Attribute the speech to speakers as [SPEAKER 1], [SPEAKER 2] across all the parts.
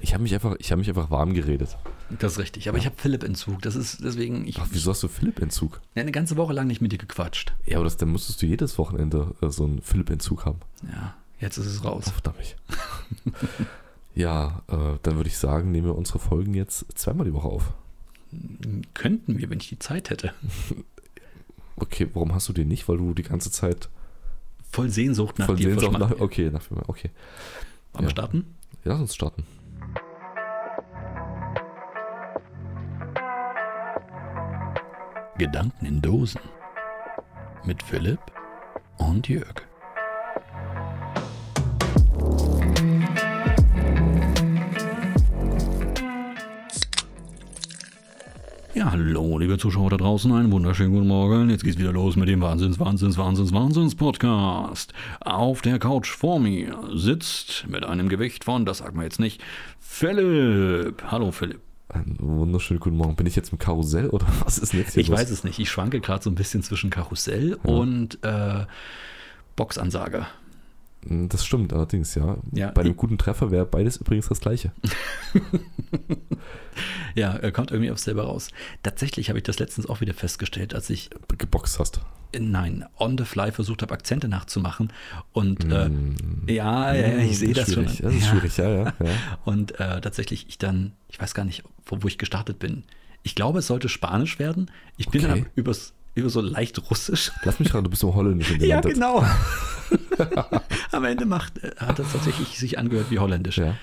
[SPEAKER 1] Ich habe mich, einfach- ich hab mich einfach warm geredet.
[SPEAKER 2] Das ist richtig. Aber ich habe Philipp-Entzug. Das ist deswegen, ich
[SPEAKER 1] Ach,
[SPEAKER 2] habe
[SPEAKER 1] wieso hast du Philipp-Entzug?
[SPEAKER 2] eine ganze Woche lang nicht mit dir gequatscht.
[SPEAKER 1] Ja, aber das, dann müsstest du jedes Wochenende äh, so einen Philipp-Entzug haben. Oh,
[SPEAKER 2] Ja, jetzt ist es raus.
[SPEAKER 1] Verdammt mich. ja, äh, dann würde ich sagen, nehmen wir unsere Folgen jetzt zweimal die Woche auf.
[SPEAKER 2] Könnten wir, wenn ich die Zeit hätte.
[SPEAKER 1] Okay, warum hast du den nicht? Weil du die ganze Zeit
[SPEAKER 2] Voll Sehnsucht nach
[SPEAKER 1] von
[SPEAKER 2] dir.
[SPEAKER 1] Sehnsucht
[SPEAKER 2] Froschmann.
[SPEAKER 1] nach. Okay, nach okay.
[SPEAKER 2] Wollen wir
[SPEAKER 1] ja.
[SPEAKER 2] starten?
[SPEAKER 1] Lass uns starten.
[SPEAKER 2] Gedanken in Dosen. Mit Philipp und Jörg. Ja, hallo, liebe Zuschauer da draußen, einen wunderschönen guten Morgen. Jetzt geht's wieder los mit dem Wahnsinns, Wahnsinns, Wahnsinns, Wahnsinns Podcast. Auf der Couch vor mir sitzt mit einem Gewicht von, das sagt man jetzt nicht, Philipp. Hallo, Philipp.
[SPEAKER 1] Einen wunderschönen guten Morgen. Bin ich jetzt im Karussell oder was ist denn jetzt hier
[SPEAKER 2] Ich
[SPEAKER 1] los?
[SPEAKER 2] weiß es nicht. Ich schwanke gerade so ein bisschen zwischen Karussell
[SPEAKER 1] Ja.
[SPEAKER 2] und äh, Boxansage.
[SPEAKER 1] Hm, Das stimmt allerdings, ja.
[SPEAKER 2] Ja,
[SPEAKER 1] Bei einem
[SPEAKER 2] ich-
[SPEAKER 1] guten Treffer wäre beides übrigens das gleiche.
[SPEAKER 2] Ja, äh, kommt irgendwie aufs selber raus. Tatsächlich habe ich das letztens auch wieder festgestellt, als ich,
[SPEAKER 1] Geboxt hast.
[SPEAKER 2] äh, nein, on the fly versucht habe, Akzente nachzumachen. Und äh, ja, ja, ja, ich sehe das schon.
[SPEAKER 1] schwierig. Hm. Das ist
[SPEAKER 2] ja.
[SPEAKER 1] schwierig, ja, ja. ja.
[SPEAKER 2] Und äh, tatsächlich, ich dann, ich weiß gar nicht, wo, wo ich gestartet bin. Ich glaube, es sollte Spanisch werden. Ich bin
[SPEAKER 1] Okay.
[SPEAKER 2] dann übers, über so leicht Russisch
[SPEAKER 1] Lass mich ran, du bist im Holländischen
[SPEAKER 2] Ja,
[SPEAKER 1] gelandet.
[SPEAKER 2] genau. Am Ende macht, äh, hat das tatsächlich sich angehört wie holländisch.
[SPEAKER 1] Ja.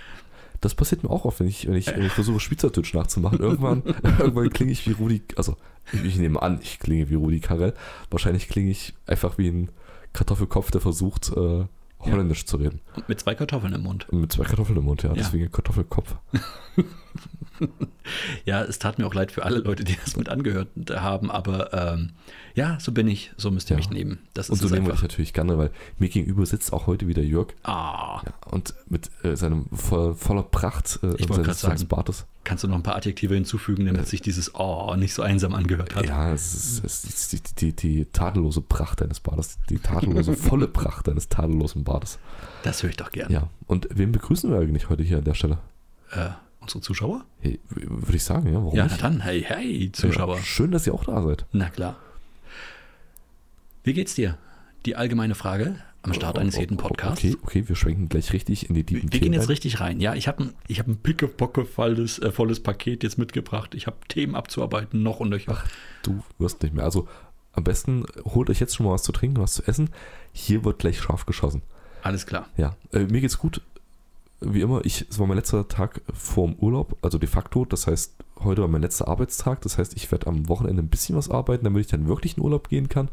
[SPEAKER 1] Das passiert mir auch oft, wenn ich, wenn ich, wenn ich versuche, Schweizerdeutsch nachzumachen. Irgendwann, irgendwann klinge ich wie Rudi, also ich, ich nehme an, ich klinge wie Rudi Karel. Wahrscheinlich klinge ich einfach wie ein Kartoffelkopf, der versucht, äh, Holländisch zu reden.
[SPEAKER 2] Und mit zwei Kartoffeln im Mund.
[SPEAKER 1] Mit zwei Kartoffeln im Mund, ja. Deswegen Kartoffelkopf.
[SPEAKER 2] Ja, es tat mir auch leid für alle Leute, die das mit angehört haben, aber ähm, ja, so bin ich, so müsst ihr
[SPEAKER 1] Ja.
[SPEAKER 2] mich nehmen. Das
[SPEAKER 1] Und
[SPEAKER 2] ist
[SPEAKER 1] so
[SPEAKER 2] es
[SPEAKER 1] nehmen wir dich
[SPEAKER 2] einfach.
[SPEAKER 1] natürlich gerne, weil mir gegenüber sitzt auch heute wieder Jörg.
[SPEAKER 2] Ah,
[SPEAKER 1] Ja, und mit äh, seinem voll, voller Pracht äh,
[SPEAKER 2] Ich wollte grad sagen.
[SPEAKER 1] Bartes.
[SPEAKER 2] kannst du noch ein paar Adjektive hinzufügen, damit sich dieses Oh nicht so einsam angehört hat?
[SPEAKER 1] Ja, es ist, es ist die, die, die, die tadellose Pracht deines Bartes. Die tadellose, volle Pracht deines tadellosen Bartes.
[SPEAKER 2] Das höre ich doch gerne.
[SPEAKER 1] Ja, und wen begrüßen wir eigentlich heute hier an der Stelle?
[SPEAKER 2] Äh, unsere Zuschauer?
[SPEAKER 1] Hey, w- Würde ich sagen, ja, warum
[SPEAKER 2] ja, na
[SPEAKER 1] nicht?
[SPEAKER 2] dann, hey, hey, Zuschauer.
[SPEAKER 1] Ja, schön, dass ihr auch da seid.
[SPEAKER 2] Na klar. Wie geht's dir? Die allgemeine Frage am Start eines jeden Podcasts.
[SPEAKER 1] Okay, okay, wir schwenken gleich richtig in die tiefen
[SPEAKER 2] Wir gehen jetzt
[SPEAKER 1] ein.
[SPEAKER 2] richtig rein. Ja, ich habe ein, ich hab ein pickepocke volles, äh, volles Paket jetzt mitgebracht. Ich habe Themen abzuarbeiten, noch und nöcher.
[SPEAKER 1] Du wirst nicht mehr. Also am besten holt euch jetzt schon mal was zu trinken, was zu essen. Hier wird gleich scharf geschossen.
[SPEAKER 2] Alles klar.
[SPEAKER 1] Ja, äh, mir geht's gut. Wie immer, ich, es war mein letzter Tag vorm Urlaub, also de facto. Das heißt, heute war mein letzter Arbeitstag. Das heißt, ich werde am Wochenende ein bisschen was arbeiten, damit ich dann wirklich in Urlaub gehen kann.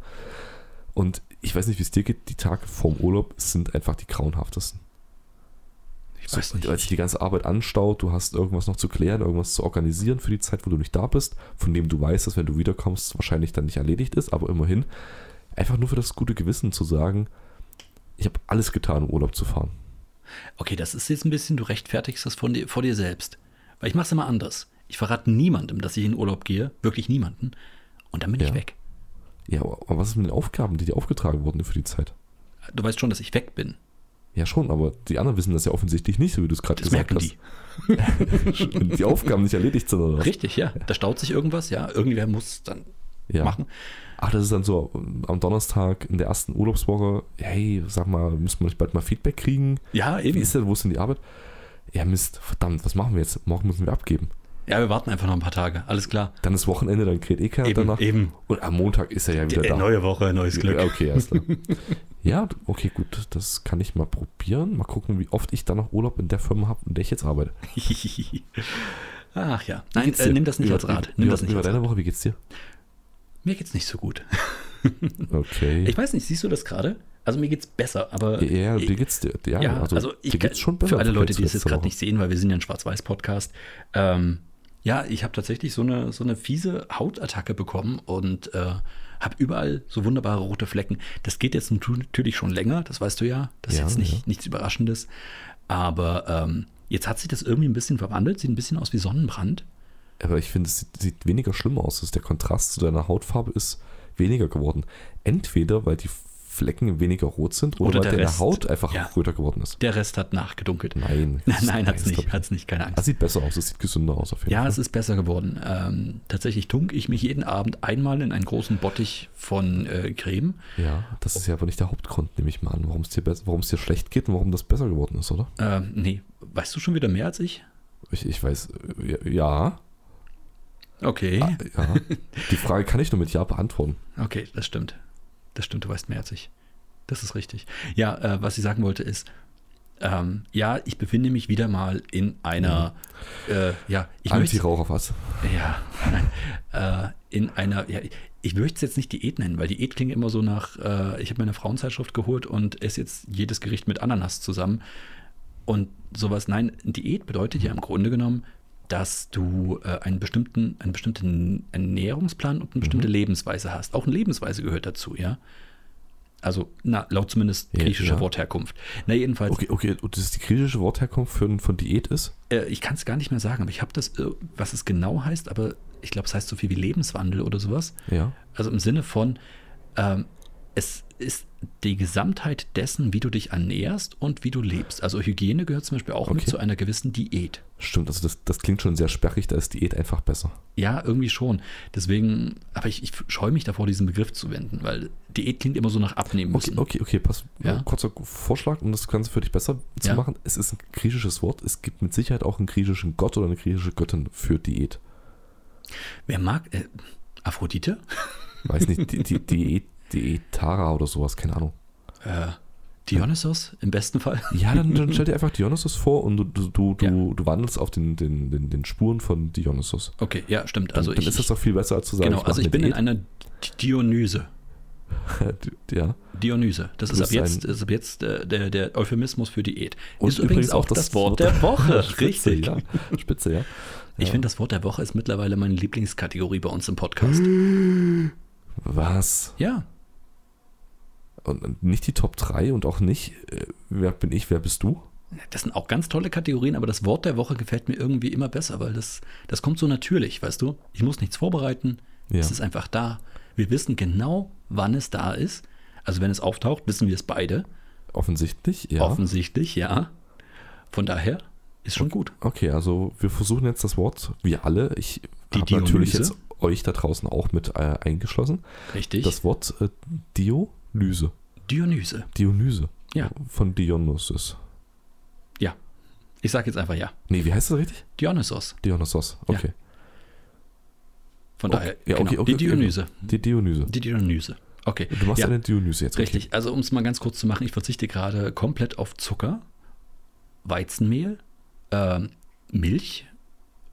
[SPEAKER 1] Und ich weiß nicht, wie es dir geht. Die Tage vorm Urlaub sind einfach die grauenhaftesten.
[SPEAKER 2] Ich
[SPEAKER 1] So,
[SPEAKER 2] weiß nicht.
[SPEAKER 1] Als sich die ganze Arbeit anstaut, du hast irgendwas noch zu klären, irgendwas zu organisieren für die Zeit, wo du nicht da bist, von dem du weißt, dass wenn du wiederkommst, es wahrscheinlich dann nicht erledigt ist, aber immerhin, einfach nur für das gute Gewissen zu sagen, ich habe alles getan, um Urlaub zu fahren.
[SPEAKER 2] Okay, das ist jetzt ein bisschen, du rechtfertigst das von dir, vor dir selbst. Weil ich mache es immer anders. Ich verrate niemandem, dass ich in Urlaub gehe. Wirklich niemanden. Und dann bin ich
[SPEAKER 1] Ja.
[SPEAKER 2] weg.
[SPEAKER 1] Ja, aber aber was ist mit den Aufgaben, die dir aufgetragen wurden für die Zeit?
[SPEAKER 2] Du weißt schon, dass ich weg bin.
[SPEAKER 1] Ja, schon, aber die anderen wissen das ja offensichtlich nicht, so wie du es gerade
[SPEAKER 2] Das
[SPEAKER 1] gesagt
[SPEAKER 2] merken
[SPEAKER 1] hast.
[SPEAKER 2] die.
[SPEAKER 1] Die. die Aufgaben nicht erledigt sind oder was?
[SPEAKER 2] Richtig, ja. Da staut sich irgendwas, ja. Irgendwer muss dann
[SPEAKER 1] Ja.
[SPEAKER 2] machen.
[SPEAKER 1] Ach, das ist dann so ähm, am Donnerstag in der ersten Urlaubswoche. Hey, sag mal, müssen wir nicht bald mal Feedback kriegen?
[SPEAKER 2] Ja,
[SPEAKER 1] Wie
[SPEAKER 2] eben.
[SPEAKER 1] ist denn, wo ist denn die Arbeit? Ja, Mist, verdammt, was machen wir jetzt? Morgen müssen wir abgeben.
[SPEAKER 2] Ja, wir warten einfach noch ein paar Tage. Alles klar.
[SPEAKER 1] Dann ist Wochenende, dann kräht eh keiner danach.
[SPEAKER 2] eben.
[SPEAKER 1] Und am Montag ist er ja wieder
[SPEAKER 2] Äh,
[SPEAKER 1] da.
[SPEAKER 2] neue Woche, neues Glück.
[SPEAKER 1] Ja, Okay, alles klar. ja, okay, gut, das kann ich mal probieren. Mal gucken, wie oft ich dann noch Urlaub in der Firma habe, in der ich jetzt arbeite.
[SPEAKER 2] Ach ja. Nein,
[SPEAKER 1] geht's
[SPEAKER 2] äh,
[SPEAKER 1] dir?
[SPEAKER 2] nimm das nicht
[SPEAKER 1] Wie-
[SPEAKER 2] als Rat.
[SPEAKER 1] wie-
[SPEAKER 2] Nimm
[SPEAKER 1] wie-
[SPEAKER 2] das
[SPEAKER 1] wie
[SPEAKER 2] nicht
[SPEAKER 1] war
[SPEAKER 2] als Rat.
[SPEAKER 1] deine Woche, wie geht's dir?
[SPEAKER 2] Mir geht's nicht so gut.
[SPEAKER 1] Okay.
[SPEAKER 2] Ich weiß nicht, siehst du das gerade? Also mir geht's besser, aber
[SPEAKER 1] ja, ja, dir
[SPEAKER 2] ich,
[SPEAKER 1] geht's dir. Ja,
[SPEAKER 2] ja, also,
[SPEAKER 1] dir
[SPEAKER 2] ich
[SPEAKER 1] geht's schon
[SPEAKER 2] für alle
[SPEAKER 1] als
[SPEAKER 2] Leute, die es
[SPEAKER 1] letzte
[SPEAKER 2] jetzt gerade
[SPEAKER 1] Woche.
[SPEAKER 2] nicht sehen, weil wir sind ja ein Schwarz-Weiß-Podcast. Ähm, ja, ich habe tatsächlich so eine so eine fiese Hautattacke bekommen und äh, habe überall so wunderbare rote Flecken. Das geht jetzt natu- natürlich schon länger, das weißt du ja. Das ist
[SPEAKER 1] Ja,
[SPEAKER 2] jetzt nicht,
[SPEAKER 1] ja.
[SPEAKER 2] nichts Überraschendes. Aber ähm, jetzt hat sich das irgendwie ein bisschen verwandelt, sieht ein bisschen aus wie Sonnenbrand.
[SPEAKER 1] Aber ich finde, es sieht, sieht weniger schlimm aus. Also der Kontrast zu deiner Hautfarbe ist weniger geworden. Entweder, weil die Flecken weniger rot sind oder,
[SPEAKER 2] Oder
[SPEAKER 1] weil
[SPEAKER 2] der
[SPEAKER 1] deine
[SPEAKER 2] Rest.
[SPEAKER 1] Haut einfach
[SPEAKER 2] Ja.
[SPEAKER 1] röter geworden ist.
[SPEAKER 2] Der Rest hat nachgedunkelt.
[SPEAKER 1] Nein.
[SPEAKER 2] Nein,
[SPEAKER 1] das ist
[SPEAKER 2] nein, hat's
[SPEAKER 1] nice
[SPEAKER 2] nicht,
[SPEAKER 1] dabei.
[SPEAKER 2] hat's nicht, keine Angst.
[SPEAKER 1] Das sieht besser aus, das sieht gesünder aus auf jeden
[SPEAKER 2] Ja,
[SPEAKER 1] Fall.
[SPEAKER 2] es ist besser geworden. Ähm, tatsächlich tunke ich mich jeden Abend einmal in einen großen Bottich von äh, Creme.
[SPEAKER 1] Ja, das ist ja aber nicht der Hauptgrund, nehme ich mal an, warum es dir, bess- warum es dir schlecht geht und warum das besser geworden ist, oder?
[SPEAKER 2] Ähm, nee, weißt du schon wieder mehr als ich?
[SPEAKER 1] Ich, ich weiß, äh, ja,
[SPEAKER 2] Okay,
[SPEAKER 1] ja, ja. Die Frage kann ich nur mit Ja beantworten.
[SPEAKER 2] Ah, okay, das stimmt. Das stimmt, du weißt mehr als ich. Das ist richtig. Ja, äh, was ich sagen wollte ist, ähm, ja, ich befinde mich wieder mal in einer, äh, ja, ich möchte,
[SPEAKER 1] Anti-Raucher was?
[SPEAKER 2] Ja, nein. Äh, in einer, ja, ich möchte es jetzt nicht Diät nennen, weil Diät klingt immer so nach, äh, ich habe mir eine Frauenzeitschrift geholt und esse jetzt jedes Gericht mit Ananas zusammen und sowas. Nein, Diät bedeutet ja im Grunde genommen, dass du äh, einen bestimmten, einen bestimmten Ernährungsplan und eine
[SPEAKER 1] Mhm.
[SPEAKER 2] bestimmte Lebensweise hast. Auch eine Lebensweise gehört dazu, ja. Also, na, laut zumindest
[SPEAKER 1] Ja,
[SPEAKER 2] griechischer
[SPEAKER 1] ja.
[SPEAKER 2] Wortherkunft. Na, jedenfalls,
[SPEAKER 1] Okay, okay, und das ist die griechische Wortherkunft für, von Diät ist?
[SPEAKER 2] äh, ich kann es gar nicht mehr sagen, aber ich habe das, äh, was es genau heißt, aber ich glaube, es heißt so viel wie Lebenswandel oder sowas.
[SPEAKER 1] Ja.
[SPEAKER 2] Also im Sinne von, ähm, es ist die Gesamtheit dessen, wie du dich ernährst und wie du lebst. Also Hygiene gehört zum Beispiel auch mit
[SPEAKER 1] Okay.
[SPEAKER 2] zu einer gewissen Diät.
[SPEAKER 1] Stimmt, also das, das klingt schon sehr sperrig, da ist Diät einfach besser.
[SPEAKER 2] Ja, irgendwie schon. Deswegen, aber ich, ich scheue mich davor, diesen Begriff zu wenden, weil Diät klingt immer so nach abnehmen
[SPEAKER 1] Okay,
[SPEAKER 2] müssen.
[SPEAKER 1] okay, okay, pass.
[SPEAKER 2] Ja.
[SPEAKER 1] Kurzer Vorschlag, um das Ganze für dich besser zu
[SPEAKER 2] Ja.
[SPEAKER 1] machen. Es ist ein griechisches Wort. Es gibt mit Sicherheit auch einen griechischen Gott oder eine griechische Göttin für Diät.
[SPEAKER 2] Wer mag äh, Aphrodite?
[SPEAKER 1] Weiß nicht, die, die, Diät, Diätara oder sowas, keine Ahnung.
[SPEAKER 2] Äh, Dionysos im besten Fall.
[SPEAKER 1] Ja, dann, dann stell dir einfach Dionysus vor und du, du, du,
[SPEAKER 2] Ja.
[SPEAKER 1] du, du wandelst auf den, den, den, den Spuren von Dionysus.
[SPEAKER 2] Okay, ja, stimmt.
[SPEAKER 1] Dann,
[SPEAKER 2] Also
[SPEAKER 1] dann
[SPEAKER 2] ich,
[SPEAKER 1] ist das doch viel besser, als zu sagen,
[SPEAKER 2] genau,
[SPEAKER 1] mach
[SPEAKER 2] also ich
[SPEAKER 1] eine
[SPEAKER 2] bin in
[SPEAKER 1] Diät.
[SPEAKER 2] einer D- Dionyse.
[SPEAKER 1] ja.
[SPEAKER 2] Dionyse. Das
[SPEAKER 1] Du
[SPEAKER 2] ist ab
[SPEAKER 1] bist
[SPEAKER 2] jetzt,
[SPEAKER 1] ein-
[SPEAKER 2] ist ab jetzt äh, der, der Euphemismus für Diät.
[SPEAKER 1] Und
[SPEAKER 2] ist übrigens auch das, Wort der Woche.
[SPEAKER 1] Spitze, ja. Spitze, ja.
[SPEAKER 2] Ich
[SPEAKER 1] Ja.
[SPEAKER 2] finde, das Wort der Woche ist mittlerweile meine Lieblingskategorie bei uns im Podcast.
[SPEAKER 1] Mhm. Was?
[SPEAKER 2] Ja,
[SPEAKER 1] Und und nicht die Top 3 und auch nicht, äh, wer bin ich, wer bist du?
[SPEAKER 2] das sind auch ganz tolle Kategorien, aber das Wort der Woche gefällt mir irgendwie immer besser, weil das, das kommt so natürlich, weißt du? Ich muss nichts vorbereiten,
[SPEAKER 1] Ja.
[SPEAKER 2] es ist einfach da. Wir wissen genau, wann es da ist. Also wenn es auftaucht, wissen wir es beide,
[SPEAKER 1] Offensichtlich, ja.
[SPEAKER 2] offensichtlich, ja. Von daher ist schon gut.
[SPEAKER 1] Okay, also wir versuchen jetzt das Wort, wir alle, ich
[SPEAKER 2] Die
[SPEAKER 1] habe natürlich
[SPEAKER 2] Dionyse.
[SPEAKER 1] jetzt euch da draußen auch mit äh, eingeschlossen,
[SPEAKER 2] Richtig?
[SPEAKER 1] das Wort äh, Dionyse.
[SPEAKER 2] Dionyse.
[SPEAKER 1] Dionyse.
[SPEAKER 2] Ja.
[SPEAKER 1] Von Dionysus.
[SPEAKER 2] Ja. Ich sage jetzt einfach ja.
[SPEAKER 1] Nee, wie heißt das richtig?
[SPEAKER 2] Dionysos.
[SPEAKER 1] Dionysos, okay.
[SPEAKER 2] Von
[SPEAKER 1] Okay,
[SPEAKER 2] daher, genau.
[SPEAKER 1] ja, okay, okay,
[SPEAKER 2] die
[SPEAKER 1] okay.
[SPEAKER 2] Dionyse.
[SPEAKER 1] Die Dionyse.
[SPEAKER 2] Die Dionyse. Okay.
[SPEAKER 1] Du machst
[SPEAKER 2] ja.
[SPEAKER 1] eine Dionyse jetzt, okay.
[SPEAKER 2] Richtig, also um es mal ganz kurz zu machen, ich verzichte gerade komplett auf Zucker, Weizenmehl, ähm, Milch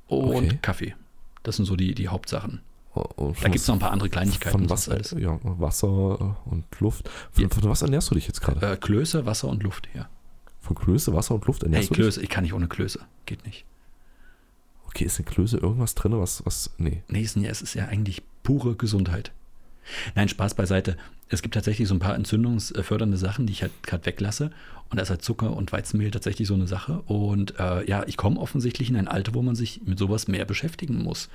[SPEAKER 2] und
[SPEAKER 1] Okay.
[SPEAKER 2] Kaffee. Das sind so die, die Hauptsachen.
[SPEAKER 1] Und
[SPEAKER 2] Da gibt es noch ein paar andere Kleinigkeiten.
[SPEAKER 1] oh, Von
[SPEAKER 2] sonst
[SPEAKER 1] Wasser, ja, Wasser äh, und Luft. Von,
[SPEAKER 2] Ja.
[SPEAKER 1] von was ernährst du dich jetzt gerade?
[SPEAKER 2] Äh, Klöße, Wasser und Luft, ja.
[SPEAKER 1] Von Klöße, Wasser und Luft
[SPEAKER 2] Hey,
[SPEAKER 1] ernährst du dich?
[SPEAKER 2] Klöße, ich kann nicht ohne Klöße. Geht nicht.
[SPEAKER 1] Okay, ist in Klöße irgendwas drin, was, was, nee.
[SPEAKER 2] Nee, es ist ja- es ist ja eigentlich pure Gesundheit. Nein, Spaß beiseite. Es gibt tatsächlich so ein paar entzündungsfördernde Sachen, die ich halt gerade weglasse. Und da ist halt Zucker und Weizenmehl tatsächlich so eine Sache. Und äh, ja, ich komme offensichtlich in ein Alter, wo man sich mit sowas mehr beschäftigen muss.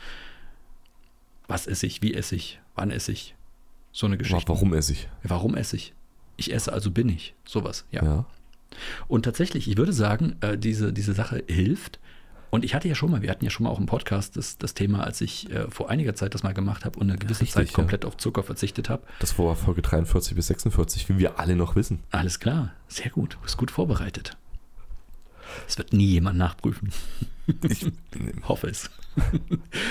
[SPEAKER 2] Was esse ich? Wie esse ich? Wann esse ich? So eine
[SPEAKER 1] Wa-
[SPEAKER 2] Geschichte.
[SPEAKER 1] Warum esse ich?
[SPEAKER 2] Warum esse ich? Ich esse, also bin ich. Sowas, ja.
[SPEAKER 1] Ja.
[SPEAKER 2] Und tatsächlich, ich würde sagen, äh, diese, diese Sache hilft. Und ich hatte ja schon mal, wir hatten ja schon mal auch im Podcast das, das Thema, als ich äh, vor einiger Zeit das mal gemacht habe und eine gewisse
[SPEAKER 1] Richtig,
[SPEAKER 2] Zeit
[SPEAKER 1] ja.
[SPEAKER 2] komplett auf Zucker verzichtet habe.
[SPEAKER 1] Das war Folge 43 bis 46, wie wir alle noch wissen.
[SPEAKER 2] Alles klar, sehr gut, ist gut vorbereitet. Es wird nie jemand nachprüfen,
[SPEAKER 1] Ich
[SPEAKER 2] hoffe es.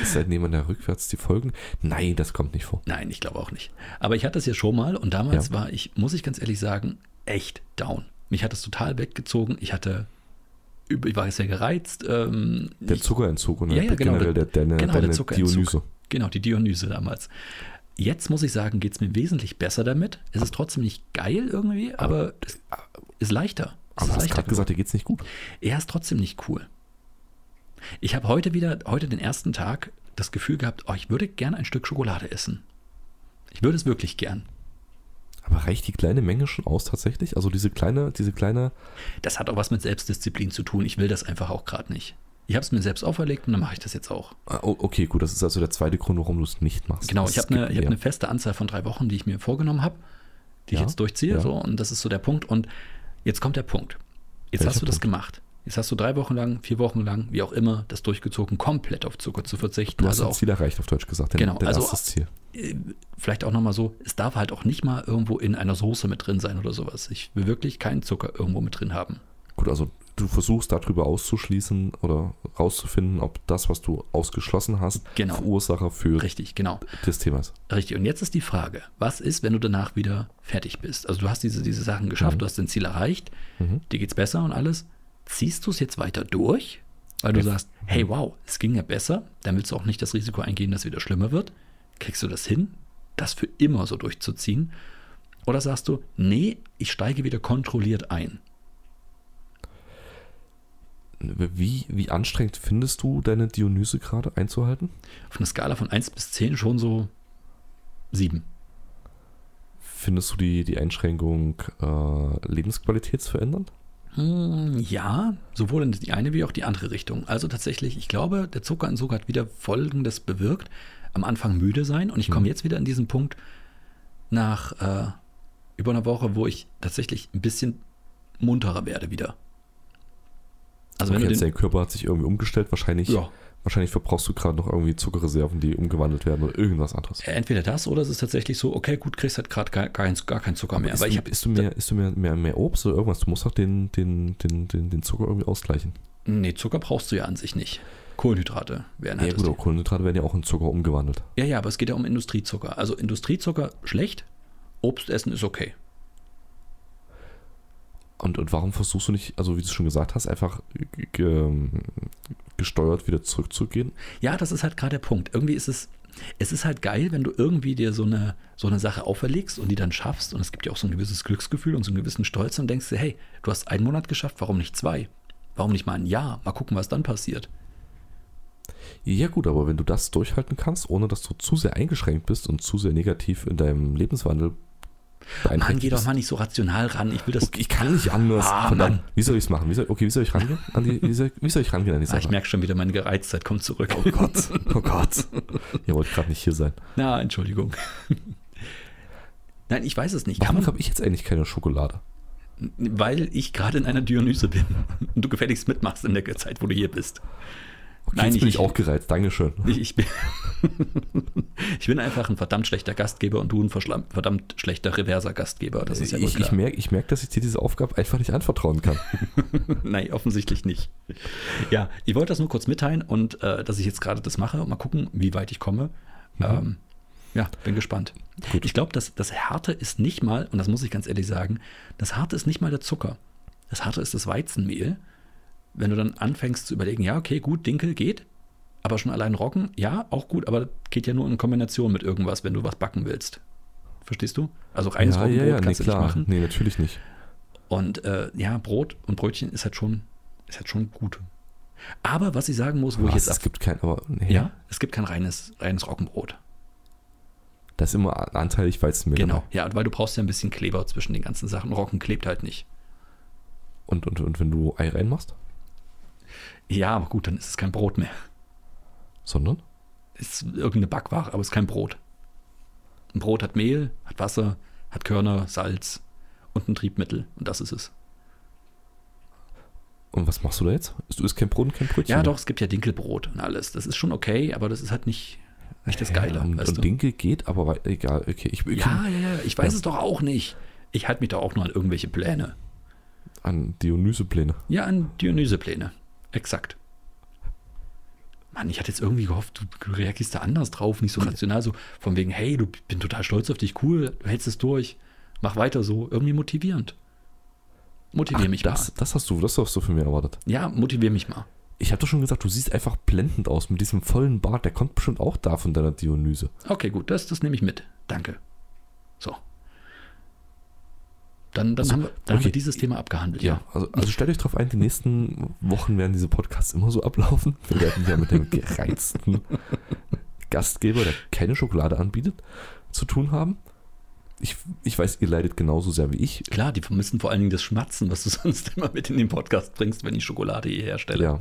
[SPEAKER 1] ist halt jemand da rückwärts die Folgen. Nein, das kommt nicht vor.
[SPEAKER 2] Nein, ich glaube auch nicht. Aber ich hatte es ja schon mal und damals
[SPEAKER 1] Ja.
[SPEAKER 2] war ich, muss ich ganz ehrlich sagen, echt down. Mich hat es total weggezogen. Ich hatte, über- ich war sehr gereizt. Ähm,
[SPEAKER 1] Der
[SPEAKER 2] ich-
[SPEAKER 1] Zuckerentzug und
[SPEAKER 2] Ja, ja, genau,
[SPEAKER 1] generell der, deine,
[SPEAKER 2] genau, der
[SPEAKER 1] deine
[SPEAKER 2] Zuckerentzug.
[SPEAKER 1] Dionyse.
[SPEAKER 2] Genau, die Dionyse damals. Jetzt muss ich sagen, geht es mir wesentlich besser damit. Es ist trotzdem nicht geil irgendwie, aber es ist leichter. Es
[SPEAKER 1] Aber du
[SPEAKER 2] ist
[SPEAKER 1] hast
[SPEAKER 2] leichter
[SPEAKER 1] gerade gesagt, dir geht's nicht gut.
[SPEAKER 2] geworden. Er ist trotzdem nicht cool. Ich habe heute wieder, heute den ersten Tag, das Gefühl gehabt, oh, ich würde gern ein Stück Schokolade essen. Ich würde es wirklich gern.
[SPEAKER 1] Aber reicht die kleine Menge schon aus tatsächlich? Also diese kleine, diese kleine,
[SPEAKER 2] Das hat auch was mit Selbstdisziplin zu tun. Ich will das einfach auch gerade nicht. Ich habe es mir selbst auferlegt und dann mache ich das jetzt auch.
[SPEAKER 1] Ah, o- okay, gut, das ist also der zweite Grund, warum du es nicht machst.
[SPEAKER 2] Genau,
[SPEAKER 1] Es
[SPEAKER 2] ich habe eine,
[SPEAKER 1] gibt
[SPEAKER 2] ich hab
[SPEAKER 1] mehr.
[SPEAKER 2] eine feste Anzahl von drei Wochen, die ich mir vorgenommen habe. die ich
[SPEAKER 1] Ja,
[SPEAKER 2] jetzt durchziehe.
[SPEAKER 1] ja.
[SPEAKER 2] So, und das ist so der Punkt. Und jetzt kommt der Punkt. Jetzt
[SPEAKER 1] Welcher
[SPEAKER 2] hast du das
[SPEAKER 1] Punkt?
[SPEAKER 2] gemacht. Jetzt hast du drei Wochen lang, vier Wochen lang, wie auch immer, das durchgezogen, komplett auf Zucker zu verzichten.
[SPEAKER 1] Du hast
[SPEAKER 2] also
[SPEAKER 1] dein
[SPEAKER 2] auch
[SPEAKER 1] Ziel erreicht, auf Deutsch gesagt. Dein,
[SPEAKER 2] Genau,
[SPEAKER 1] dein
[SPEAKER 2] also-
[SPEAKER 1] erstes Ziel.
[SPEAKER 2] äh, vielleicht auch nochmal so, es darf halt auch nicht mal irgendwo in einer Soße mit drin sein oder sowas. Ich will wirklich keinen Zucker irgendwo mit drin haben.
[SPEAKER 1] Gut, also du versuchst darüber auszuschließen oder rauszufinden, ob das, was du ausgeschlossen hast,
[SPEAKER 2] Genau.
[SPEAKER 1] Verursacher für
[SPEAKER 2] Richtig, genau.
[SPEAKER 1] das Thema ist.
[SPEAKER 2] Richtig. Und jetzt ist die Frage, was ist, wenn du danach wieder fertig bist? Also du hast diese, diese Sachen geschafft,
[SPEAKER 1] Mhm.
[SPEAKER 2] du hast dein Ziel erreicht,
[SPEAKER 1] Mhm.
[SPEAKER 2] dir geht's besser und alles. Ziehst du es jetzt weiter durch? Weil du
[SPEAKER 1] Ja.
[SPEAKER 2] sagst,
[SPEAKER 1] Mhm.
[SPEAKER 2] hey wow, es ging ja besser, dann willst du auch nicht das Risiko eingehen, dass es wieder schlimmer wird. Kriegst du das hin, das für immer so durchzuziehen? Oder sagst du, nee, ich steige wieder kontrolliert ein?
[SPEAKER 1] Wie, wie anstrengend findest du deine Dionyse gerade einzuhalten?
[SPEAKER 2] Auf einer Skala von 1 bis 10 schon so 7.
[SPEAKER 1] Findest du die, die Einschränkung äh, lebensqualitätsverändernd?
[SPEAKER 2] Mm, Ja, sowohl in die eine wie auch die andere Richtung. Also tatsächlich, ich glaube, der Zuckerentzug hat wieder Folgendes bewirkt. Am Anfang müde sein und ich
[SPEAKER 1] Mhm.
[SPEAKER 2] komme jetzt wieder an diesen Punkt nach äh, über einer Woche, wo ich tatsächlich ein bisschen munterer werde wieder. Also wenn
[SPEAKER 1] okay,
[SPEAKER 2] du
[SPEAKER 1] jetzt
[SPEAKER 2] den,
[SPEAKER 1] dein Körper hat sich irgendwie umgestellt. Wahrscheinlich,
[SPEAKER 2] ja,
[SPEAKER 1] wahrscheinlich verbrauchst du gerade noch irgendwie Zuckerreserven, die umgewandelt werden oder irgendwas anderes.
[SPEAKER 2] entweder das oder es ist tatsächlich so, okay, gut, kriegst halt gerade gar, gar, gar keinen Zucker mehr.
[SPEAKER 1] isst,
[SPEAKER 2] Aber ich
[SPEAKER 1] du,
[SPEAKER 2] habe
[SPEAKER 1] isst du, mehr, isst du mehr, mehr, mehr Obst oder irgendwas? Du musst doch den, den, den, den, den Zucker irgendwie ausgleichen.
[SPEAKER 2] nee, Zucker brauchst du ja an sich nicht. Kohlenhydrate wären halt
[SPEAKER 1] ja,
[SPEAKER 2] das
[SPEAKER 1] gut,
[SPEAKER 2] Ding.
[SPEAKER 1] aber Kohlenhydrate werden ja auch in Zucker umgewandelt.
[SPEAKER 2] Ja, ja, aber es geht ja um Industriezucker. Also Industriezucker schlecht, Obst essen ist okay.
[SPEAKER 1] Und, und warum versuchst du nicht, also wie du schon gesagt hast, einfach g- g- gesteuert wieder zurückzugehen?
[SPEAKER 2] Ja, das ist halt gerade der Punkt. Irgendwie ist es, es ist halt geil, wenn du irgendwie dir so eine, so eine Sache auferlegst und die dann schaffst. Und es gibt ja auch so ein gewisses Glücksgefühl und so einen gewissen Stolz und denkst dir, hey, du hast einen Monat geschafft, warum nicht zwei? Warum nicht mal ein Jahr? Mal gucken, was dann passiert.
[SPEAKER 1] Ja gut, aber wenn du das durchhalten kannst, ohne dass du zu sehr eingeschränkt bist und zu sehr negativ in deinem Lebenswandel
[SPEAKER 2] Mann, geh
[SPEAKER 1] beeinträchtigt
[SPEAKER 2] doch
[SPEAKER 1] bist.
[SPEAKER 2] mal nicht so rational ran. Ich will das.
[SPEAKER 1] Okay, ich kann nicht anders.
[SPEAKER 2] Ah,
[SPEAKER 1] Verdammt.
[SPEAKER 2] Mann.
[SPEAKER 1] Wie soll ich es machen? Wie soll, okay, wie soll ich rangehen? An die, wie, soll, wie soll ich rangehen an die
[SPEAKER 2] Ah, ich
[SPEAKER 1] Sache?
[SPEAKER 2] merke schon wieder, meine Gereiztheit kommt zurück. Oh Gott.
[SPEAKER 1] Oh Gott. Ihr wollt gerade nicht hier sein.
[SPEAKER 2] Na, Entschuldigung. Nein, ich weiß es nicht. Kann
[SPEAKER 1] Warum
[SPEAKER 2] man,
[SPEAKER 1] habe ich jetzt eigentlich keine Schokolade?
[SPEAKER 2] weil ich gerade in einer Dionyse bin und du gefälligst mitmachst in der Zeit, wo du hier bist.
[SPEAKER 1] Okay,
[SPEAKER 2] Nein,
[SPEAKER 1] jetzt
[SPEAKER 2] ich-
[SPEAKER 1] bin
[SPEAKER 2] ich-
[SPEAKER 1] ich auch gereizt. Dankeschön.
[SPEAKER 2] Ich, ich, bin, ich bin einfach ein verdammt schlechter Gastgeber und du ein verschlamm- verdammt schlechter reverser Gastgeber. Das ist ja wohl
[SPEAKER 1] ich ich
[SPEAKER 2] klar.
[SPEAKER 1] merke, ich merk, dass ich dir diese Aufgabe einfach nicht anvertrauen kann.
[SPEAKER 2] Nein, offensichtlich nicht. Ja, ich wollte das nur kurz mitteilen und äh, dass ich jetzt gerade das mache und mal gucken, wie weit ich komme. Ähm, ja, bin gespannt.
[SPEAKER 1] Mhm. Gut.
[SPEAKER 2] Ich glaube, das, das Harte ist nicht mal, und das muss ich ganz ehrlich sagen, das Harte ist nicht mal der Zucker. Das Harte ist das Weizenmehl. Wenn du dann anfängst zu überlegen, ja, okay, gut, Dinkel geht, aber schon allein Roggen, ja, auch gut, aber das geht ja nur in Kombination mit irgendwas, wenn du was backen willst. Verstehst du? Also reines Roggenbrot kannst du nicht machen.
[SPEAKER 1] Nee, natürlich nicht.
[SPEAKER 2] Und äh, ja, Brot und Brötchen ist halt schon, ist halt schon gut. Aber was ich sagen muss, wo ich
[SPEAKER 1] Was?
[SPEAKER 2] jetzt ab,
[SPEAKER 1] es gibt kein, aber nee,
[SPEAKER 2] ja, es gibt kein reines, reines Roggenbrot.
[SPEAKER 1] da ist immer an- anteilig Weizenmehl.
[SPEAKER 2] Genau.
[SPEAKER 1] dabei.
[SPEAKER 2] Ja, weil du brauchst ja ein bisschen Kleber zwischen den ganzen Sachen. Roggen klebt halt nicht.
[SPEAKER 1] Und, und, und wenn du Ei reinmachst,
[SPEAKER 2] Ja, aber gut, dann ist es kein Brot mehr.
[SPEAKER 1] sondern
[SPEAKER 2] Es ist irgendeine Backware, aber es ist kein Brot. Ein Brot hat Mehl, hat Wasser, hat Körner, Salz und ein Triebmittel. Und das ist es.
[SPEAKER 1] und was machst du da jetzt? Du isst kein Brot und kein Brötchen.
[SPEAKER 2] Ja,
[SPEAKER 1] mehr.
[SPEAKER 2] doch, es gibt ja Dinkelbrot und alles. Das ist schon okay, aber das ist halt nicht, nicht das
[SPEAKER 1] Ja,
[SPEAKER 2] Geile.
[SPEAKER 1] und,
[SPEAKER 2] weißt
[SPEAKER 1] und
[SPEAKER 2] du?
[SPEAKER 1] Dinkel geht, aber wei- egal. Okay, ich, ich
[SPEAKER 2] Ja, ja, ja, ich weiß es doch auch nicht. Ich halte mich doch auch nur an irgendwelche Pläne.
[SPEAKER 1] an Dionyse-Pläne.
[SPEAKER 2] Ja, an Dionyse-Pläne. Exakt. Mann, ich hatte jetzt irgendwie gehofft, du reagierst da anders drauf, nicht so rational, so von wegen, hey, du bin total stolz auf dich, cool, du hältst es durch, mach weiter so, irgendwie motivierend. Motivier mich
[SPEAKER 1] das, das hast du, das hast du von mir erwartet.
[SPEAKER 2] mal. Ja, motivier mich mal.
[SPEAKER 1] Ich habe doch schon gesagt, du siehst einfach blendend aus mit diesem vollen Bart. Der kommt bestimmt auch da von deiner Dionyse.
[SPEAKER 2] Okay, gut, das, das nehme ich mit. Danke. So. Dann, dann,
[SPEAKER 1] Also,
[SPEAKER 2] haben, wir, dann haben wir
[SPEAKER 1] okay.
[SPEAKER 2] dieses Thema abgehandelt, ja.
[SPEAKER 1] Also, also stellt euch drauf ein, die nächsten Wochen werden diese Podcasts immer so ablaufen. Wir werden ja mit dem gereizten Gastgeber, der keine Schokolade anbietet, zu tun haben. Ich, ich weiß, ihr leidet genauso sehr wie ich.
[SPEAKER 2] Klar, die vermissen vor allen Dingen das Schmatzen, was du sonst immer mit in den Podcast bringst, wenn ich Schokolade hier herstelle.
[SPEAKER 1] Ja.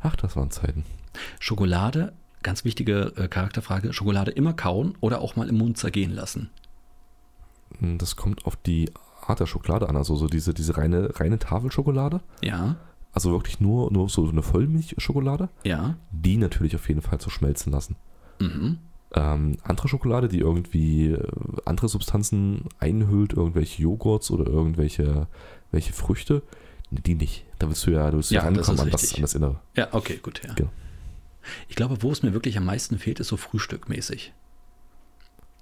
[SPEAKER 1] Ach, das waren Zeiten.
[SPEAKER 2] Schokolade, ganz wichtige äh, Charakterfrage, Schokolade immer kauen oder auch mal im Mund zergehen lassen.
[SPEAKER 1] Hm, Das kommt auf die Art der Schokolade an, also so diese, diese reine, reine Tafelschokolade.
[SPEAKER 2] Ja,
[SPEAKER 1] Also wirklich nur, nur so eine Vollmilchschokolade,
[SPEAKER 2] ja.
[SPEAKER 1] die natürlich auf jeden Fall zu schmelzen lassen.
[SPEAKER 2] Mhm.
[SPEAKER 1] Ähm, andere Schokolade, die irgendwie äh, andere Substanzen einhüllt, irgendwelche Joghurts oder irgendwelche welche Früchte, die nicht. Da willst du ja, da willst du
[SPEAKER 2] Ja, das ist
[SPEAKER 1] an, das,
[SPEAKER 2] richtig.
[SPEAKER 1] an das Innere.
[SPEAKER 2] Ja, okay, gut. Ja.
[SPEAKER 1] Genau.
[SPEAKER 2] Ich glaube, wo es mir wirklich am meisten fehlt, ist so frühstückmäßig.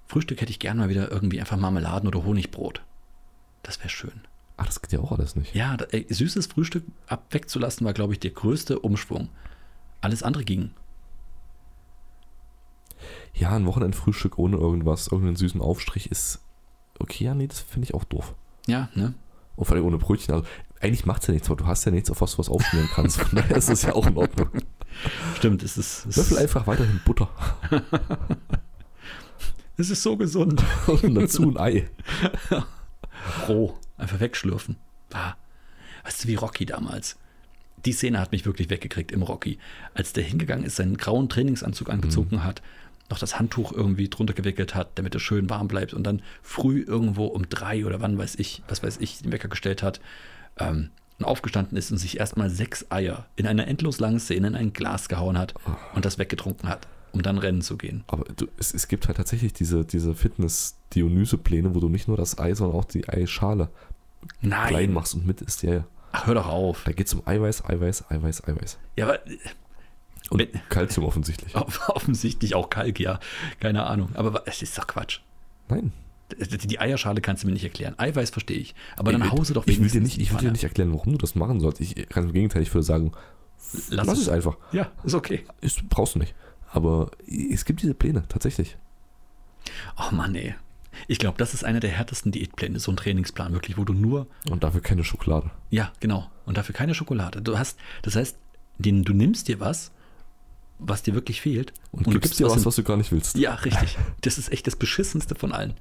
[SPEAKER 2] Frühstück hätte ich gerne mal wieder irgendwie einfach Marmeladen oder Honigbrot. Das wäre schön.
[SPEAKER 1] Ah, das geht ja auch alles nicht.
[SPEAKER 2] Ja, da, ey, süßes Frühstück ab wegzulassen war, glaube ich, der größte Umschwung. Alles andere ging.
[SPEAKER 1] Ja, ein Wochenendfrühstück ohne irgendwas, irgendeinen süßen Aufstrich ist okay, ja, nee, das finde ich auch doof.
[SPEAKER 2] Ja, ne?
[SPEAKER 1] Und vor allem ohne Brötchen. Also, eigentlich macht es ja nichts, aber du hast ja nichts, auf was du was aufschmieren kannst. Von daher ist das ja auch in Ordnung.
[SPEAKER 2] Stimmt, es ist, es,
[SPEAKER 1] Löffel einfach weiterhin Butter
[SPEAKER 2] es ist so gesund.
[SPEAKER 1] und dazu ein Ei.
[SPEAKER 2] Roh. Einfach wegschlürfen. Ah. Weißt du, wie Rocky damals? Die Szene hat mich wirklich weggekriegt im Rocky. Als der hingegangen ist, seinen grauen Trainingsanzug angezogen hat, noch das Handtuch irgendwie drunter gewickelt hat, damit es schön warm bleibt und dann früh irgendwo um drei oder wann weiß ich, was weiß ich, den Wecker gestellt hat ähm, und aufgestanden ist und sich erstmal sechs Eier in einer endlos langen Szene in ein Glas gehauen hat und das weggetrunken hat, um dann rennen zu gehen.
[SPEAKER 1] Aber du, es, es gibt halt tatsächlich diese, diese Fitness-Dionyse-Pläne, wo du nicht nur das Ei, sondern auch die Eischale klein
[SPEAKER 2] Nein,
[SPEAKER 1] machst und mit isst. Ja, ja.
[SPEAKER 2] Ach, hör doch auf.
[SPEAKER 1] Da geht es um Eiweiß, Eiweiß, Eiweiß, Eiweiß.
[SPEAKER 2] Ja, aber
[SPEAKER 1] Und
[SPEAKER 2] Wenn-
[SPEAKER 1] Kalzium offensichtlich.
[SPEAKER 2] Off- Offensichtlich auch Kalk, ja. Keine Ahnung. Aber wa- es ist doch Quatsch.
[SPEAKER 1] Nein.
[SPEAKER 2] Die die Eierschale kannst du mir nicht erklären. Eiweiß verstehe ich. Aber
[SPEAKER 1] Ich-
[SPEAKER 2] dann hause doch
[SPEAKER 1] ich will dir
[SPEAKER 2] wenigstens
[SPEAKER 1] nicht,
[SPEAKER 2] in die
[SPEAKER 1] Ich will dir
[SPEAKER 2] Pfanne.
[SPEAKER 1] nicht erklären, warum du das machen sollst. Ich, ganz im Gegenteil, ich würde sagen, lass,
[SPEAKER 2] Lass
[SPEAKER 1] es
[SPEAKER 2] es.
[SPEAKER 1] einfach.
[SPEAKER 2] Ja, ist okay.
[SPEAKER 1] Ist, brauchst du nicht. Aber es gibt diese Pläne, tatsächlich.
[SPEAKER 2] Oh Mann, ey. Ich glaube, das ist einer der härtesten Diätpläne, so ein Trainingsplan, wirklich, wo du nur.
[SPEAKER 1] Und dafür keine Schokolade.
[SPEAKER 2] Ja, genau. Und dafür keine Schokolade. Du hast, das heißt, den, du nimmst dir was, was dir wirklich fehlt.
[SPEAKER 1] Und, du gibst dir was,
[SPEAKER 2] in-
[SPEAKER 1] was du gar nicht willst.
[SPEAKER 2] Ja, richtig. Das ist echt das Beschissenste von allen.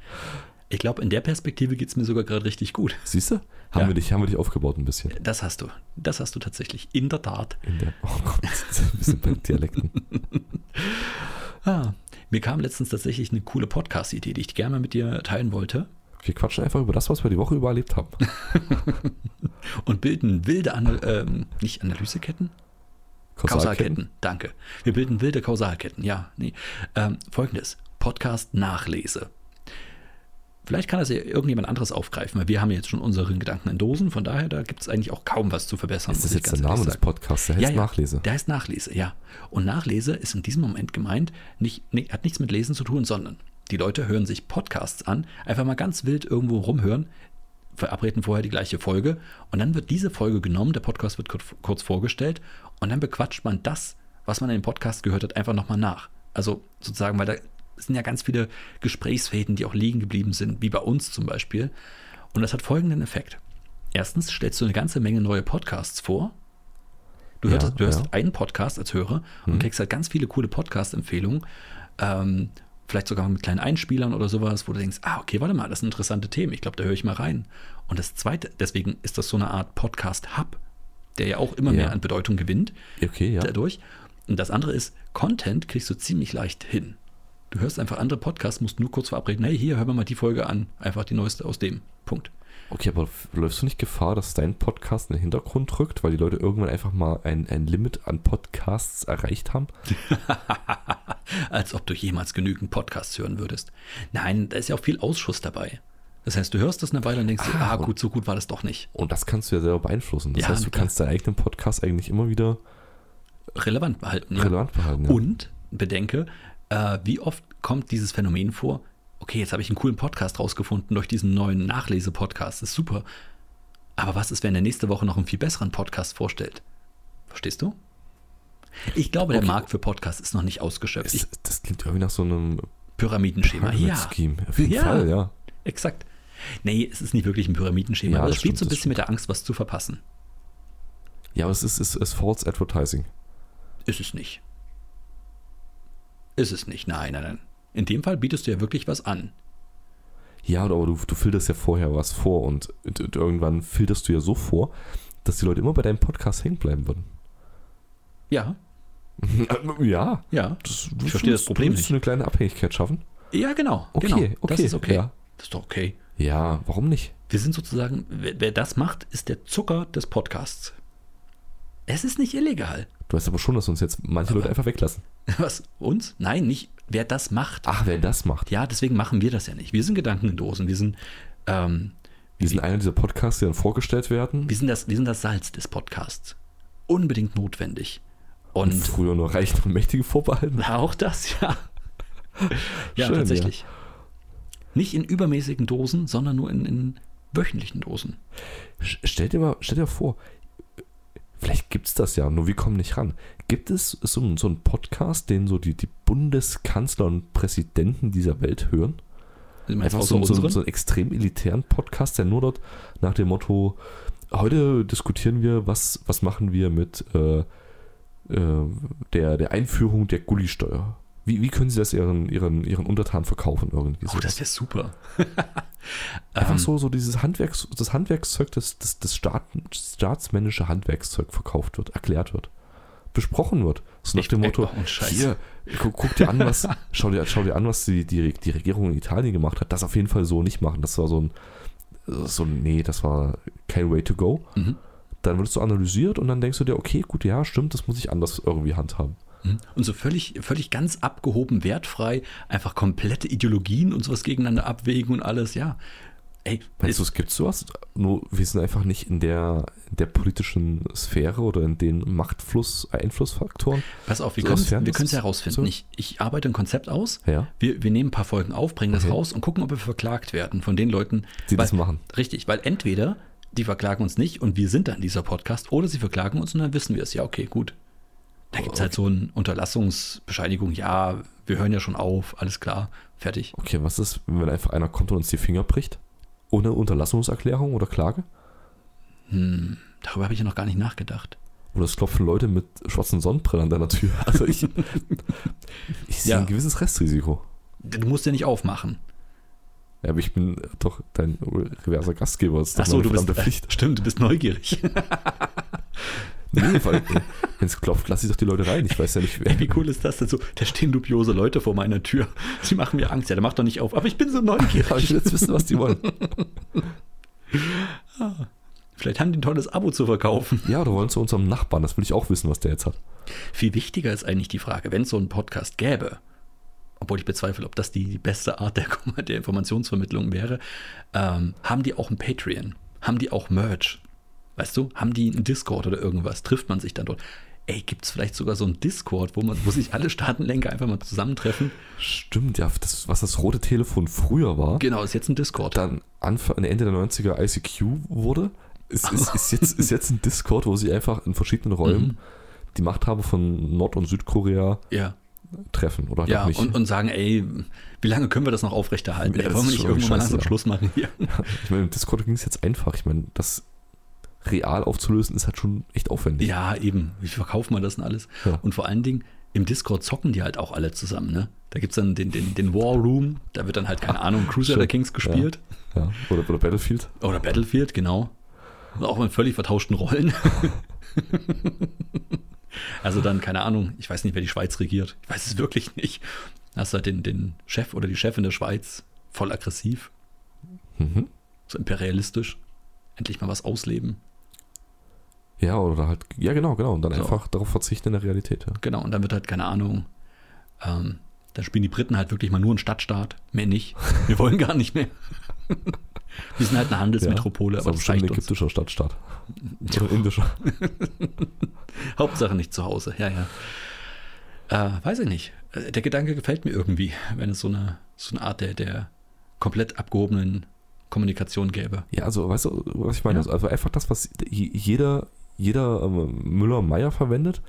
[SPEAKER 2] Ich glaube, in der Perspektive geht es mir sogar gerade richtig gut.
[SPEAKER 1] Siehst du? Haben,
[SPEAKER 2] Ja.
[SPEAKER 1] wir dich, haben wir dich aufgebaut ein bisschen.
[SPEAKER 2] Das hast du. Das hast du tatsächlich. In der Tat.
[SPEAKER 1] In der, oh Gott, wir sind bei Dialekten.
[SPEAKER 2] Ah, mir kam letztens tatsächlich eine coole Podcast-Idee, die ich gerne mal mit dir teilen wollte
[SPEAKER 1] Wir quatschen einfach über das, was wir die Woche über erlebt haben.
[SPEAKER 2] und bilden wilde, Anal ähm, nicht Analyseketten? Kausalketten, danke. Wir bilden wilde Kausalketten, ja, nee. Ähm, Folgendes, Podcast-Nachlese. Vielleicht kann das ja irgendjemand anderes aufgreifen, weil wir haben jetzt schon unsere Gedanken in Dosen, von daher, da gibt es eigentlich auch kaum was zu verbessern.
[SPEAKER 1] Ist das
[SPEAKER 2] muss ich
[SPEAKER 1] jetzt der
[SPEAKER 2] ganz
[SPEAKER 1] Name
[SPEAKER 2] ehrlich
[SPEAKER 1] des
[SPEAKER 2] sagen.
[SPEAKER 1] Podcasts? Der heißt
[SPEAKER 2] ja, ja.
[SPEAKER 1] Nachlese.
[SPEAKER 2] Der heißt Nachlese, ja. Und Nachlese ist in diesem Moment gemeint, nicht, nee, hat nichts mit Lesen zu tun, sondern die Leute hören sich Podcasts an, einfach mal ganz wild irgendwo rumhören, verabreden vorher die gleiche Folge und dann wird diese Folge genommen, der Podcast wird kurz, kurz vorgestellt und dann bequatscht man das, was man in dem Podcast gehört hat, einfach nochmal nach. Also sozusagen, weil da sind ja ganz viele Gesprächsfäden, die auch liegen geblieben sind, wie bei uns zum Beispiel. Und das hat folgenden Effekt. Erstens stellst du eine ganze Menge neue Podcasts vor, Du,
[SPEAKER 1] Ja,
[SPEAKER 2] hörst, du hörst
[SPEAKER 1] ja. Mhm.
[SPEAKER 2] einen Podcast als Hörer und kriegst halt ganz viele coole Podcast-Empfehlungen. Ähm, vielleicht sogar mit kleinen Einspielern oder sowas, wo du denkst, ah, okay, warte mal, das sind interessante Themen. Ich glaube, da höre ich mal rein. Und das Zweite, deswegen ist das so eine Art Podcast-Hub, der ja auch immer
[SPEAKER 1] Ja.
[SPEAKER 2] mehr an Bedeutung gewinnt
[SPEAKER 1] Okay, ja.
[SPEAKER 2] dadurch. Und das andere ist, Content kriegst du ziemlich leicht hin. Du hörst einfach andere Podcasts, musst nur kurz verabreden, hey, hier, hör mir mal die Folge an. Einfach die neueste aus dem. Punkt.
[SPEAKER 1] Okay, aber f- läufst du nicht Gefahr, dass dein Podcast in den Hintergrund rückt, weil die Leute irgendwann einfach mal ein, ein Limit an Podcasts erreicht haben?
[SPEAKER 2] Als ob du jemals genügend Podcasts hören würdest. Nein, da ist ja auch viel Ausschuss dabei. Das heißt, du hörst das eine Weile und denkst, dir, ah, gut, so gut war das doch nicht.
[SPEAKER 1] Und das kannst du ja selber beeinflussen. Das
[SPEAKER 2] Ja,
[SPEAKER 1] heißt, du
[SPEAKER 2] na klar.
[SPEAKER 1] kannst deinen eigenen Podcast eigentlich immer wieder
[SPEAKER 2] Relevant behalten. ja.
[SPEAKER 1] relevant behalten. Ja.
[SPEAKER 2] Und bedenke, äh, wie oft kommt dieses Phänomen vor? Okay, jetzt habe ich einen coolen Podcast rausgefunden durch diesen neuen Nachlese-Podcast. Ist super. Aber was ist, wenn der nächste Woche noch einen viel besseren Podcast vorstellt? Verstehst du? Ich glaube, der
[SPEAKER 1] Okay.
[SPEAKER 2] Markt für Podcasts ist noch nicht ausgeschöpft. Ich,
[SPEAKER 1] das, das klingt irgendwie nach so einem
[SPEAKER 2] Pyramidenschema. Ja,
[SPEAKER 1] Pyramid-Scheme. Auf jeden
[SPEAKER 2] Ja.
[SPEAKER 1] Fall, ja.
[SPEAKER 2] exakt. Nee, es ist nicht wirklich ein Pyramidenschema.
[SPEAKER 1] Ja,
[SPEAKER 2] aber
[SPEAKER 1] das
[SPEAKER 2] es spielt so ein
[SPEAKER 1] stimmt, das
[SPEAKER 2] bisschen mit der Angst, was zu verpassen.
[SPEAKER 1] Ja, aber es ist, es ist False Advertising.
[SPEAKER 2] Ist es nicht. Ist es nicht. Nein, nein, nein. In dem Fall bietest du ja wirklich was an.
[SPEAKER 1] Ja, aber du, du filterst ja vorher was vor und, und, und irgendwann filterst du ja so vor, dass die Leute immer bei deinem Podcast hängen bleiben würden.
[SPEAKER 2] Ja,
[SPEAKER 1] Ja.
[SPEAKER 2] ja.
[SPEAKER 1] Das,
[SPEAKER 2] verstehe das
[SPEAKER 1] Du
[SPEAKER 2] Problem
[SPEAKER 1] willst
[SPEAKER 2] nicht.
[SPEAKER 1] eine kleine Abhängigkeit schaffen.
[SPEAKER 2] Ja, genau.
[SPEAKER 1] Okay,
[SPEAKER 2] genau.
[SPEAKER 1] okay,
[SPEAKER 2] Das ist okay.
[SPEAKER 1] ja.
[SPEAKER 2] Das ist doch okay.
[SPEAKER 1] Ja, warum nicht?
[SPEAKER 2] Wir sind sozusagen, wer, wer das macht, ist der Zucker des Podcasts. Es ist nicht illegal.
[SPEAKER 1] Du weißt aber schon, dass uns jetzt manche Leute einfach weglassen.
[SPEAKER 2] Was? Uns? Nein, nicht. Wer das macht.
[SPEAKER 1] Ach, wer das macht.
[SPEAKER 2] Ja, deswegen machen wir das ja nicht. Wir sind Gedankendosen. Wir sind, ähm,
[SPEAKER 1] Wir sind einer dieser Podcasts, die dann vorgestellt werden.
[SPEAKER 2] wir sind, das, wir sind das Salz des Podcasts. Unbedingt notwendig. Und
[SPEAKER 1] Früher nur Reichen und Mächtigen vorbehalten.
[SPEAKER 2] auch das, ja. ja,
[SPEAKER 1] Schön,
[SPEAKER 2] tatsächlich. Nicht in übermäßigen Dosen, sondern nur in, in wöchentlichen Dosen.
[SPEAKER 1] Sch- Stell dir mal, stell dir vor, vielleicht gibt es das ja, nur wir kommen nicht ran. Gibt es so, einen- so einen Podcast, den so die, die Bundeskanzler und Präsidenten dieser Welt hören?
[SPEAKER 2] Ich meine,
[SPEAKER 1] Einfach
[SPEAKER 2] außer
[SPEAKER 1] so, so,
[SPEAKER 2] unseren.
[SPEAKER 1] so einen extrem elitären Podcast, der nur dort nach dem Motto, heute diskutieren wir, was, was machen wir mit äh, äh, der, der Einführung der Gullisteuer. Wie, wie können sie das ihren, ihren, ihren Untertanen verkaufen irgendwie?
[SPEAKER 2] Oh, das wäre super.
[SPEAKER 1] Einfach
[SPEAKER 2] Ähm,
[SPEAKER 1] so, so dieses Handwerks, das Handwerkszeug, das, das, das Staat, staatsmännische Handwerkszeug verkauft wird, erklärt wird, besprochen wird. So nach
[SPEAKER 2] Echt?
[SPEAKER 1] dem
[SPEAKER 2] Ey,
[SPEAKER 1] Motto,
[SPEAKER 2] oh, ein Scheiß.
[SPEAKER 1] hier, guck, guck dir an, was, schau dir, schau dir an, was die, die, die Regierung in Italien gemacht hat. Das auf jeden Fall so nicht machen. Das war so ein, so ein, nee, das war kein way to go.
[SPEAKER 2] Mhm.
[SPEAKER 1] Dann wirst du analysiert und dann denkst du dir, okay, gut, ja, stimmt, das muss ich anders irgendwie handhaben.
[SPEAKER 2] Hm? Und so völlig, völlig ganz abgehoben, wertfrei, einfach komplette Ideologien und sowas gegeneinander abwägen und alles, ja. Ey,
[SPEAKER 1] Meinst du, es gibt sowas? Nur wir sind einfach nicht in der, in der politischen Sphäre oder in den Machtfluss, Einflussfaktoren.
[SPEAKER 2] pass auf, wir
[SPEAKER 1] so
[SPEAKER 2] können
[SPEAKER 1] aus Fernsehen-
[SPEAKER 2] es herausfinden.
[SPEAKER 1] so?
[SPEAKER 2] Ich, ich arbeite ein Konzept aus,
[SPEAKER 1] Ja,
[SPEAKER 2] wir, wir nehmen ein paar Folgen auf, bringen das
[SPEAKER 1] Okay.
[SPEAKER 2] raus und gucken, ob wir verklagt werden von den Leuten.
[SPEAKER 1] die
[SPEAKER 2] weil,
[SPEAKER 1] das machen.
[SPEAKER 2] richtig, weil entweder die verklagen uns nicht und wir sind dann dieser Podcast, oder sie verklagen uns und dann wissen wir es. Ja, okay, gut. Da gibt es
[SPEAKER 1] Oh.
[SPEAKER 2] halt so eine Unterlassungsbescheinigung, ja, wir hören ja schon auf, alles klar, fertig.
[SPEAKER 1] Okay, was ist, wenn einfach einer kommt und uns die Finger bricht? Ohne Unterlassungserklärung oder Klage?
[SPEAKER 2] Hm, darüber habe ich ja noch gar nicht nachgedacht.
[SPEAKER 1] Oder es klopfen Leute mit schwarzen Sonnenbrillen an deiner Tür? Also ich, ich sehe
[SPEAKER 2] Ja.
[SPEAKER 1] ein gewisses Restrisiko.
[SPEAKER 2] Du musst ja nicht aufmachen.
[SPEAKER 1] Ja, aber ich bin doch dein reverser Gastgeber. Das ist doch
[SPEAKER 2] Ach so,
[SPEAKER 1] meine
[SPEAKER 2] du bist
[SPEAKER 1] verdammte
[SPEAKER 2] Pflicht. Stimmt, du bist neugierig.
[SPEAKER 1] Nee, weil, wenn es klopft, lass ich doch die Leute rein. Ich weiß ja nicht, wer.
[SPEAKER 2] Wie cool ist das denn so? Da stehen dubiose Leute vor meiner Tür. Sie machen mir Angst. Ja, der macht doch nicht auf. Aber ich bin so
[SPEAKER 1] Aber ich will
[SPEAKER 2] neugierig.
[SPEAKER 1] jetzt wissen, was die wollen.
[SPEAKER 2] Vielleicht haben die ein tolles Abo zu verkaufen.
[SPEAKER 1] Ja, oder wollen zu unserem Nachbarn? Das will ich auch wissen, was der jetzt hat.
[SPEAKER 2] Viel wichtiger ist eigentlich die Frage, wenn es so einen Podcast gäbe, obwohl ich bezweifle, ob das die, die beste Art der, der Informationsvermittlung wäre, ähm, haben die auch ein Patreon? Haben die auch Merch? Weißt du, haben die einen Discord oder irgendwas? Trifft man sich dann dort? Ey, gibt es vielleicht sogar so einen Discord, wo, man, wo sich alle Staatenlenker einfach mal zusammentreffen?
[SPEAKER 1] Stimmt, ja, das, was das rote Telefon früher war,
[SPEAKER 2] Genau, ist jetzt ein Discord.
[SPEAKER 1] dann Anfang, Ende der 90er ICQ wurde, ist, ist, ist, jetzt, ist jetzt ein Discord, wo sie einfach in verschiedenen Räumen
[SPEAKER 2] Mhm.
[SPEAKER 1] die Machthaber von Nord- und Südkorea
[SPEAKER 2] ja.
[SPEAKER 1] treffen. Oder halt
[SPEAKER 2] Ja,
[SPEAKER 1] auch nicht.
[SPEAKER 2] und, und sagen, ey, wie lange können wir das noch aufrechterhalten?
[SPEAKER 1] Ja,
[SPEAKER 2] ey,
[SPEAKER 1] das
[SPEAKER 2] wollen wir
[SPEAKER 1] ist
[SPEAKER 2] nicht
[SPEAKER 1] schon
[SPEAKER 2] irgendwann mal
[SPEAKER 1] scheiße,
[SPEAKER 2] langsam
[SPEAKER 1] ja.
[SPEAKER 2] Schluss machen hier?
[SPEAKER 1] ich meine, im Discord ging es jetzt einfach. Ich meine, das real aufzulösen ist halt schon echt aufwendig.
[SPEAKER 2] Ja, eben. Wie verkauft man das denn alles?
[SPEAKER 1] Ja.
[SPEAKER 2] Und vor allen Dingen, im Discord zocken die halt auch alle zusammen, ne? Da gibt es dann den, den, den War Room, da wird dann halt, keine Ahnung, Crusader
[SPEAKER 1] Stimmt.
[SPEAKER 2] Kings gespielt.
[SPEAKER 1] Ja, Oder, oder Battlefield.
[SPEAKER 2] Oder Battlefield, genau. Und auch in völlig vertauschten Rollen. also dann, keine Ahnung, ich weiß nicht, wer die Schweiz regiert. Ich weiß es wirklich nicht. Da hast du halt den, den Chef oder die Chefin der Schweiz, voll aggressiv,
[SPEAKER 1] Mhm.
[SPEAKER 2] so imperialistisch. Endlich mal was ausleben.
[SPEAKER 1] Ja, oder halt, ja genau, genau. Und dann
[SPEAKER 2] So.
[SPEAKER 1] einfach darauf verzichten in der Realität. Ja.
[SPEAKER 2] Genau, und dann wird halt, keine Ahnung, ähm, dann spielen die Briten halt wirklich mal nur einen Stadtstaat, mehr nicht. Wir wollen gar nicht mehr. Wir sind halt eine Handelsmetropole,
[SPEAKER 1] ja,
[SPEAKER 2] aber
[SPEAKER 1] aber
[SPEAKER 2] das
[SPEAKER 1] bestimmt
[SPEAKER 2] reicht
[SPEAKER 1] ein
[SPEAKER 2] uns.
[SPEAKER 1] ägyptischer Stadtstaat. Oder indischer.
[SPEAKER 2] Hauptsache nicht zu Hause, ja, ja. Äh, weiß ich nicht. Äh, Der Gedanke gefällt mir irgendwie, wenn es so eine, so eine Art der, der komplett abgehobenen Kommunikation gäbe.
[SPEAKER 1] Ja, also weißt du, was ich meine?
[SPEAKER 2] Ja.
[SPEAKER 1] Also einfach das, was j- jeder, jeder ähm, Müller-Meyer verwendet,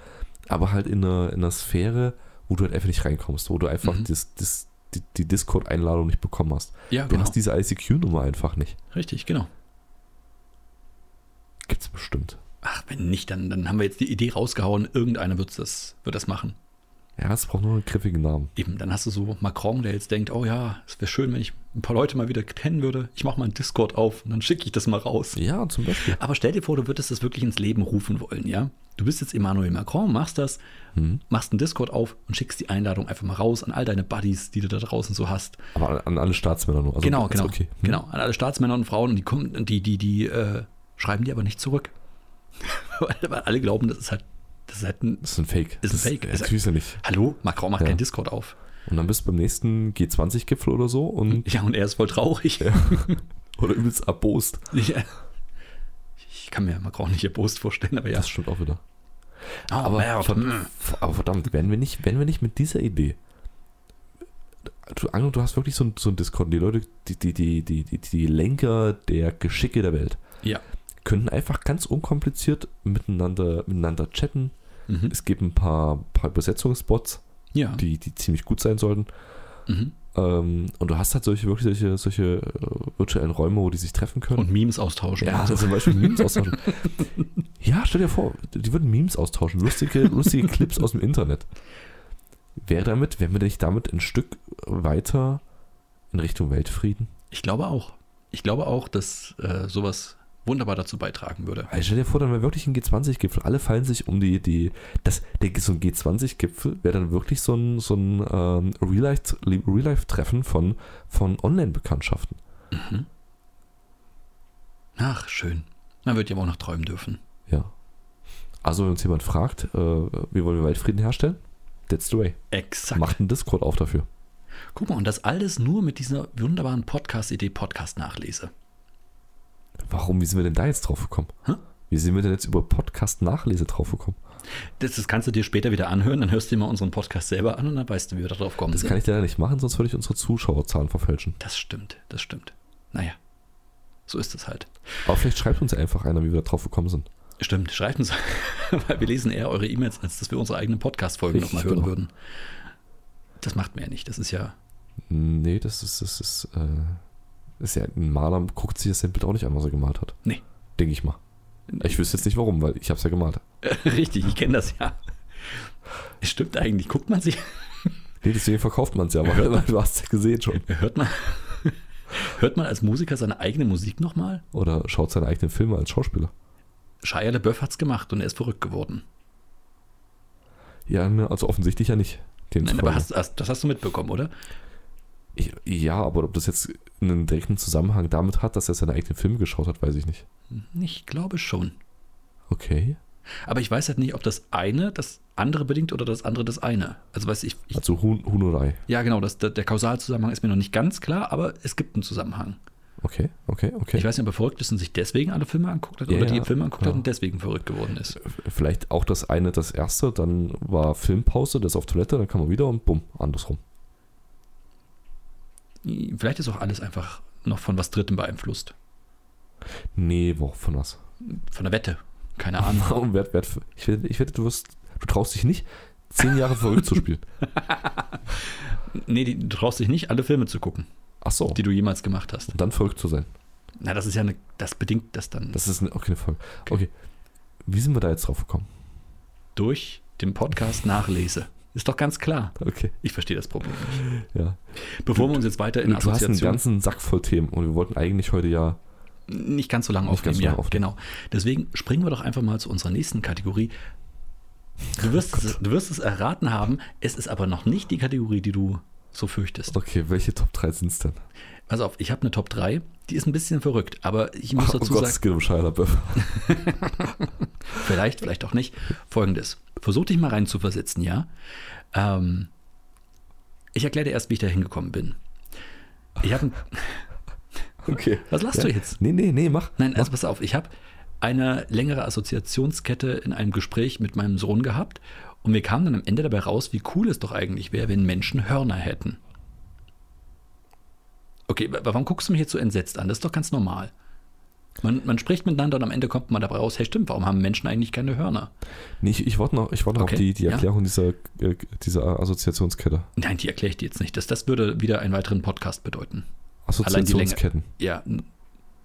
[SPEAKER 1] aber halt in einer, in einer Sphäre, wo du halt einfach nicht reinkommst, wo du einfach
[SPEAKER 2] Mhm.
[SPEAKER 1] das, das, die, die Discord-Einladung nicht bekommen hast.
[SPEAKER 2] Ja,
[SPEAKER 1] Du hast diese ICQ-Nummer einfach nicht.
[SPEAKER 2] Richtig, genau.
[SPEAKER 1] Gibt's bestimmt.
[SPEAKER 2] Ach, wenn nicht, dann, dann haben wir jetzt die Idee rausgehauen, irgendeiner wird's das, wird das machen.
[SPEAKER 1] Ja, es braucht nur einen griffigen Namen.
[SPEAKER 2] Eben, dann hast du so Macron, der jetzt denkt, oh ja, es wäre schön, wenn ich ein paar Leute mal wieder kennen würde. Ich mache mal einen Discord auf und dann schicke ich das mal raus.
[SPEAKER 1] Ja, zum Beispiel.
[SPEAKER 2] Aber stell dir vor, du würdest das wirklich ins Leben rufen wollen, ja? Du bist jetzt Emmanuel Macron, machst das,
[SPEAKER 1] Mhm.
[SPEAKER 2] machst einen Discord auf und schickst die Einladung einfach mal raus an all deine Buddies, die du da draußen so hast.
[SPEAKER 1] Aber an, an alle Staatsmänner nur. Also
[SPEAKER 2] genau,
[SPEAKER 1] ist
[SPEAKER 2] genau.
[SPEAKER 1] Okay. Hm?
[SPEAKER 2] Genau, an alle Staatsmänner und Frauen, die kommen, und die, die, die äh, schreiben dir aber nicht zurück. Weil weil alle glauben, das ist halt, das ist halt ein.
[SPEAKER 1] Das ist ein Fake.
[SPEAKER 2] Ist ein Fake.
[SPEAKER 1] Das
[SPEAKER 2] Ist-
[SPEAKER 1] kriegst du nicht.
[SPEAKER 2] Hallo, Macron macht
[SPEAKER 1] Ja.
[SPEAKER 2] keinen Discord auf.
[SPEAKER 1] Und dann bist du beim nächsten G20-Gipfel oder so und
[SPEAKER 2] Ja, und er ist voll traurig.
[SPEAKER 1] oder übelst erbost.
[SPEAKER 2] Ja. Ich kann mir Macron nicht erbost vorstellen, aber ja.
[SPEAKER 1] Das stimmt auch wieder.
[SPEAKER 2] Oh, Merv, mm.
[SPEAKER 1] Aber verdammt, wären wir nicht, wären wir nicht mit dieser Idee. Du, Angel, du hast wirklich so ein, so ein Discord. Die Leute, die, die, die, die, die, die Lenker der Geschicke der Welt
[SPEAKER 2] Ja.
[SPEAKER 1] können einfach ganz unkompliziert miteinander, miteinander chatten.
[SPEAKER 2] Mhm.
[SPEAKER 1] Es gibt ein paar, paar Übersetzungsbots,
[SPEAKER 2] Ja.
[SPEAKER 1] die, die ziemlich gut sein sollten.
[SPEAKER 2] Mhm.
[SPEAKER 1] Ähm, und du hast halt solche, wirklich solche, solche äh, virtuellen Räume, wo die sich treffen können.
[SPEAKER 2] Und Memes austauschen.
[SPEAKER 1] Ja,
[SPEAKER 2] Also,
[SPEAKER 1] zum Beispiel Memes austauschen. ja, stell dir vor, die würden Memes austauschen, lustige, lustige Clips aus dem Internet. Wäre damit, wären wir nicht damit ein Stück weiter in Richtung Weltfrieden?
[SPEAKER 2] ich glaube auch. Ich glaube auch, dass äh, sowas wunderbar dazu beitragen würde.
[SPEAKER 1] Weil stell dir vor, dann wäre wirklich ein G20-Gipfel. Alle fallen sich um die, die, das, der, so ein G20-Gipfel wäre dann wirklich so ein, so ein ähm, Real-Life- Real-Life-Treffen von, von Online-Bekanntschaften.
[SPEAKER 2] Mhm. Ach, schön. Man wird ja aber auch noch träumen dürfen.
[SPEAKER 1] Ja. Also, wenn uns jemand fragt, äh, wie wollen wir Weltfrieden herstellen? That's the way.
[SPEAKER 2] Exakt.
[SPEAKER 1] Macht einen Discord auf dafür.
[SPEAKER 2] Guck mal, und das alles nur mit dieser wunderbaren Podcast-Idee Podcast-Nachlese.
[SPEAKER 1] Warum, wie sind wir denn da jetzt drauf gekommen?
[SPEAKER 2] Hä?
[SPEAKER 1] Wie sind wir denn jetzt über Podcast-Nachlese drauf gekommen?
[SPEAKER 2] Das, das kannst du dir später wieder anhören, dann hörst du dir mal unseren Podcast selber an und dann weißt du, wie wir darauf kommen.
[SPEAKER 1] Das
[SPEAKER 2] sind.
[SPEAKER 1] kann ich leider nicht machen, sonst würde ich unsere Zuschauerzahlen verfälschen.
[SPEAKER 2] das stimmt, das stimmt. Naja, so ist es halt.
[SPEAKER 1] Aber vielleicht schreibt uns ja einfach einer, wie wir da drauf gekommen sind.
[SPEAKER 2] Stimmt, schreibt uns, weil wir lesen eher eure E-Mails, als dass wir unsere eigenen Podcast-Folgen
[SPEAKER 1] Richtig,
[SPEAKER 2] nochmal hören
[SPEAKER 1] genau.
[SPEAKER 2] würden. Das macht mir ja nicht. Das ist ja.
[SPEAKER 1] Nee, das ist, das ist, äh, ist ja ein Maler, guckt sich das Bild auch nicht an, was er gemalt hat.
[SPEAKER 2] Nee.
[SPEAKER 1] Denke ich mal. Ich wüsste jetzt nicht warum, weil ich habe es ja gemalt.
[SPEAKER 2] Richtig, ich kenne das ja. Es Stimmt eigentlich. Guckt man sich,
[SPEAKER 1] Nee, deswegen verkauft man es ja, aber du hast es ja gesehen schon.
[SPEAKER 2] hört man, hört man als Musiker seine eigene Musik nochmal?
[SPEAKER 1] Oder schaut seine eigenen Filme als Schauspieler.
[SPEAKER 2] Shia LaBeouf hat's gemacht und er ist verrückt geworden.
[SPEAKER 1] Ja, ne, also offensichtlich ja nicht.
[SPEAKER 2] Nein,
[SPEAKER 1] demzufolge.
[SPEAKER 2] aber hast, hast, das hast du mitbekommen, oder?
[SPEAKER 1] Ich, ja, aber ob das jetzt einen direkten Zusammenhang damit hat, dass er seine eigenen Filme geschaut hat, weiß ich nicht.
[SPEAKER 2] Ich glaube schon.
[SPEAKER 1] Okay.
[SPEAKER 2] Aber ich weiß halt nicht, ob das eine das andere bedingt oder das andere das eine. Also weiß ich, ich
[SPEAKER 1] Also Huhn, Huhn oder Ei.
[SPEAKER 2] ja genau, das, der, der Kausalzusammenhang ist mir noch nicht ganz klar, aber es gibt einen Zusammenhang.
[SPEAKER 1] Okay, okay, okay.
[SPEAKER 2] Ich weiß nicht, ob er verrückt ist und sich deswegen alle Filme anguckt hat
[SPEAKER 1] Ja,
[SPEAKER 2] oder die
[SPEAKER 1] ja,
[SPEAKER 2] Filme anguckt hat
[SPEAKER 1] ja.
[SPEAKER 2] und deswegen verrückt geworden ist.
[SPEAKER 1] Vielleicht auch das eine, das erste, dann war Filmpause, das auf Toilette, dann kam er wieder und bumm, andersrum.
[SPEAKER 2] Vielleicht ist auch alles einfach noch von was Drittem beeinflusst.
[SPEAKER 1] Nee, wo von was?
[SPEAKER 2] Von der Wette. Keine Ahnung.
[SPEAKER 1] Warum werd, werd, ich, wette, ich wette, du wirst, du traust dich nicht, zehn Jahre verrückt zu spielen.
[SPEAKER 2] nee, die, du traust dich nicht, alle Filme zu gucken,
[SPEAKER 1] Ach so.
[SPEAKER 2] die du jemals gemacht hast.
[SPEAKER 1] Und dann verrückt zu sein.
[SPEAKER 2] Na, das ist ja eine, das bedingt das dann
[SPEAKER 1] Das ist eine, okay, eine Folge.
[SPEAKER 2] Okay.
[SPEAKER 1] Okay. Wie sind wir da jetzt drauf gekommen?
[SPEAKER 2] durch den Podcast nachlese. Ist doch ganz klar.
[SPEAKER 1] Okay,
[SPEAKER 2] Ich verstehe das Problem. nicht.
[SPEAKER 1] ja.
[SPEAKER 2] Bevor wir uns jetzt weiter in
[SPEAKER 1] Du hast einen
[SPEAKER 2] Assoziation
[SPEAKER 1] ganzen Sack voll Themen und wir wollten eigentlich heute ja
[SPEAKER 2] nicht ganz so lange
[SPEAKER 1] Nicht
[SPEAKER 2] aufnehmen,
[SPEAKER 1] ganz so
[SPEAKER 2] ja,
[SPEAKER 1] lange aufnehmen.
[SPEAKER 2] genau. Deswegen springen wir doch einfach mal zu unserer nächsten Kategorie. Du wirst, es, du wirst es erraten haben, es ist aber noch nicht die Kategorie, die du so fürchtest.
[SPEAKER 1] Okay, welche Top 3 sind es denn?
[SPEAKER 2] Pass auf, ich habe eine Top 3, die ist ein bisschen verrückt, aber ich muss dazu sagen,
[SPEAKER 1] es geht um Shia LaBeouf.
[SPEAKER 2] vielleicht, vielleicht auch nicht. Folgendes. Versuch dich mal reinzuversetzen, ja? Ähm, ich erkläre dir erst, wie ich da hingekommen bin. Ich habe.
[SPEAKER 1] Okay.
[SPEAKER 2] Was lachst
[SPEAKER 1] Ja.
[SPEAKER 2] du jetzt?
[SPEAKER 1] Nee, nee, nee, mach.
[SPEAKER 2] Nein, also pass auf, ich habe eine längere Assoziationskette in einem Gespräch mit meinem Sohn gehabt und mir kam dann am Ende dabei raus, wie cool es doch eigentlich wäre, wenn Menschen Hörner hätten. Okay, wa- warum guckst du mich jetzt so entsetzt an? Das ist doch ganz normal. Man, man spricht miteinander und am Ende kommt man dabei raus, hey stimmt, warum haben Menschen eigentlich keine Hörner?
[SPEAKER 1] Nee, ich, ich warte noch, ich warte noch
[SPEAKER 2] Okay,
[SPEAKER 1] auf die, die
[SPEAKER 2] ja.
[SPEAKER 1] Erklärung dieser, äh, dieser Assoziationskette.
[SPEAKER 2] Nein, die erkläre ich dir jetzt nicht. Das, das würde wieder einen weiteren Podcast bedeuten. Allein die Länge.
[SPEAKER 1] Assoziationsketten.
[SPEAKER 2] Ja. n-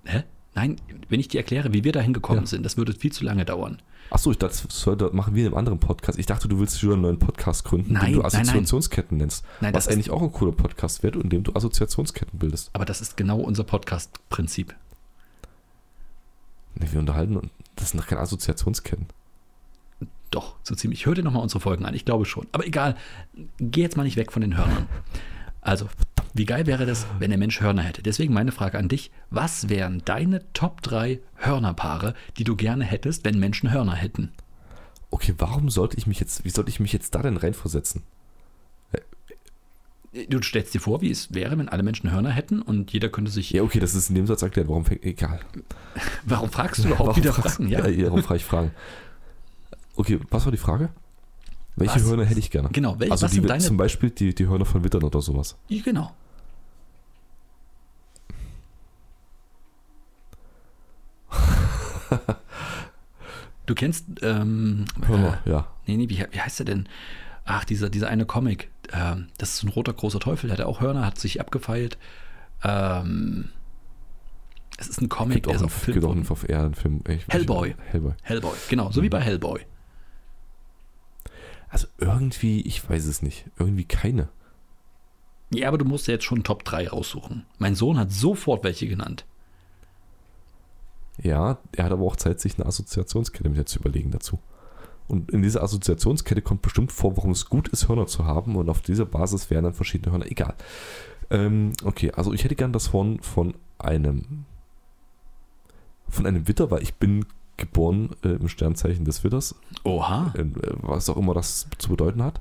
[SPEAKER 2] Hä? Nein, wenn ich dir erkläre, wie wir dahin gekommen
[SPEAKER 1] Ja.
[SPEAKER 2] sind, das würde viel zu lange dauern.
[SPEAKER 1] Achso, ich dachte, das soll- das machen wir in einem anderen Podcast. Ich dachte, du willst schon einen neuen Podcast gründen,
[SPEAKER 2] Nein,
[SPEAKER 1] den du
[SPEAKER 2] nein, nein.
[SPEAKER 1] Assoziationsketten nennst.
[SPEAKER 2] Nein,
[SPEAKER 1] was
[SPEAKER 2] das ist-
[SPEAKER 1] eigentlich auch ein cooler Podcast wird, in dem du Assoziationsketten bildest.
[SPEAKER 2] Aber das ist genau unser Podcast-Prinzip.
[SPEAKER 1] Nee, wir unterhalten uns. Das sind doch keine Assoziationsketten.
[SPEAKER 2] Doch, so ziemlich. Hör dir nochmal unsere Folgen an, ich glaube schon. Aber egal, geh jetzt mal nicht weg von den Hörnern. Also, wie geil wäre das, wenn der Mensch Hörner hätte? Deswegen meine Frage an dich: Was wären deine Top 3 Hörnerpaare, die du gerne hättest, wenn Menschen Hörner hätten?
[SPEAKER 1] Okay, warum sollte ich mich jetzt, wie sollte ich mich jetzt da denn reinversetzen?
[SPEAKER 2] Du stellst dir vor, wie es wäre, wenn alle Menschen Hörner hätten und jeder könnte sich.
[SPEAKER 1] Ja, okay, das ist in dem Satz erklärt, warum fängt, egal.
[SPEAKER 2] Warum fragst du überhaupt
[SPEAKER 1] Warum
[SPEAKER 2] wieder
[SPEAKER 1] fragst-
[SPEAKER 2] Fragen?
[SPEAKER 1] ja. warum frage ich Fragen? Okay, was war die Frage? Welche
[SPEAKER 2] Was-
[SPEAKER 1] Hörner hätte ich gerne?
[SPEAKER 2] Genau, welche-
[SPEAKER 1] also
[SPEAKER 2] was
[SPEAKER 1] die,
[SPEAKER 2] sind deine-
[SPEAKER 1] zum Beispiel die, die Hörner von Wittern oder sowas.
[SPEAKER 2] Ja, Genau. Du kennst, ähm,
[SPEAKER 1] Hörner,
[SPEAKER 2] äh,
[SPEAKER 1] ja.
[SPEAKER 2] nee, nee, wie, wie heißt der denn? Ach, dieser, dieser eine Comic. Ähm, das ist ein roter großer Teufel, der hat auch Hörner, hat sich abgefeilt. Ähm, es ist ein Comic,
[SPEAKER 1] Gibt auch,
[SPEAKER 2] der ist
[SPEAKER 1] einen,
[SPEAKER 2] also auf Film.
[SPEAKER 1] gibt auch einen, Mhm. auf eher einen Film. Ich,
[SPEAKER 2] Hellboy.
[SPEAKER 1] Ich, Hellboy.
[SPEAKER 2] Hellboy, genau, so wie bei Hellboy.
[SPEAKER 1] Also irgendwie, ich weiß es nicht. Irgendwie keine.
[SPEAKER 2] Ja, aber du musst ja jetzt schon Top 3 raussuchen. Mein Sohn hat sofort welche genannt.
[SPEAKER 1] Ja, er hat aber auch Zeit, sich eine Assoziationskette mit zu überlegen dazu. Und in dieser Assoziationskette kommt bestimmt vor, warum es gut ist, Hörner zu haben. Und auf dieser Basis wären dann verschiedene Hörner. Egal. Ähm, okay, also ich hätte gern das Horn von einem von einem Witter, weil ich bin geboren äh, im Sternzeichen des Witters,
[SPEAKER 2] Oha,
[SPEAKER 1] äh, was auch immer das zu bedeuten hat.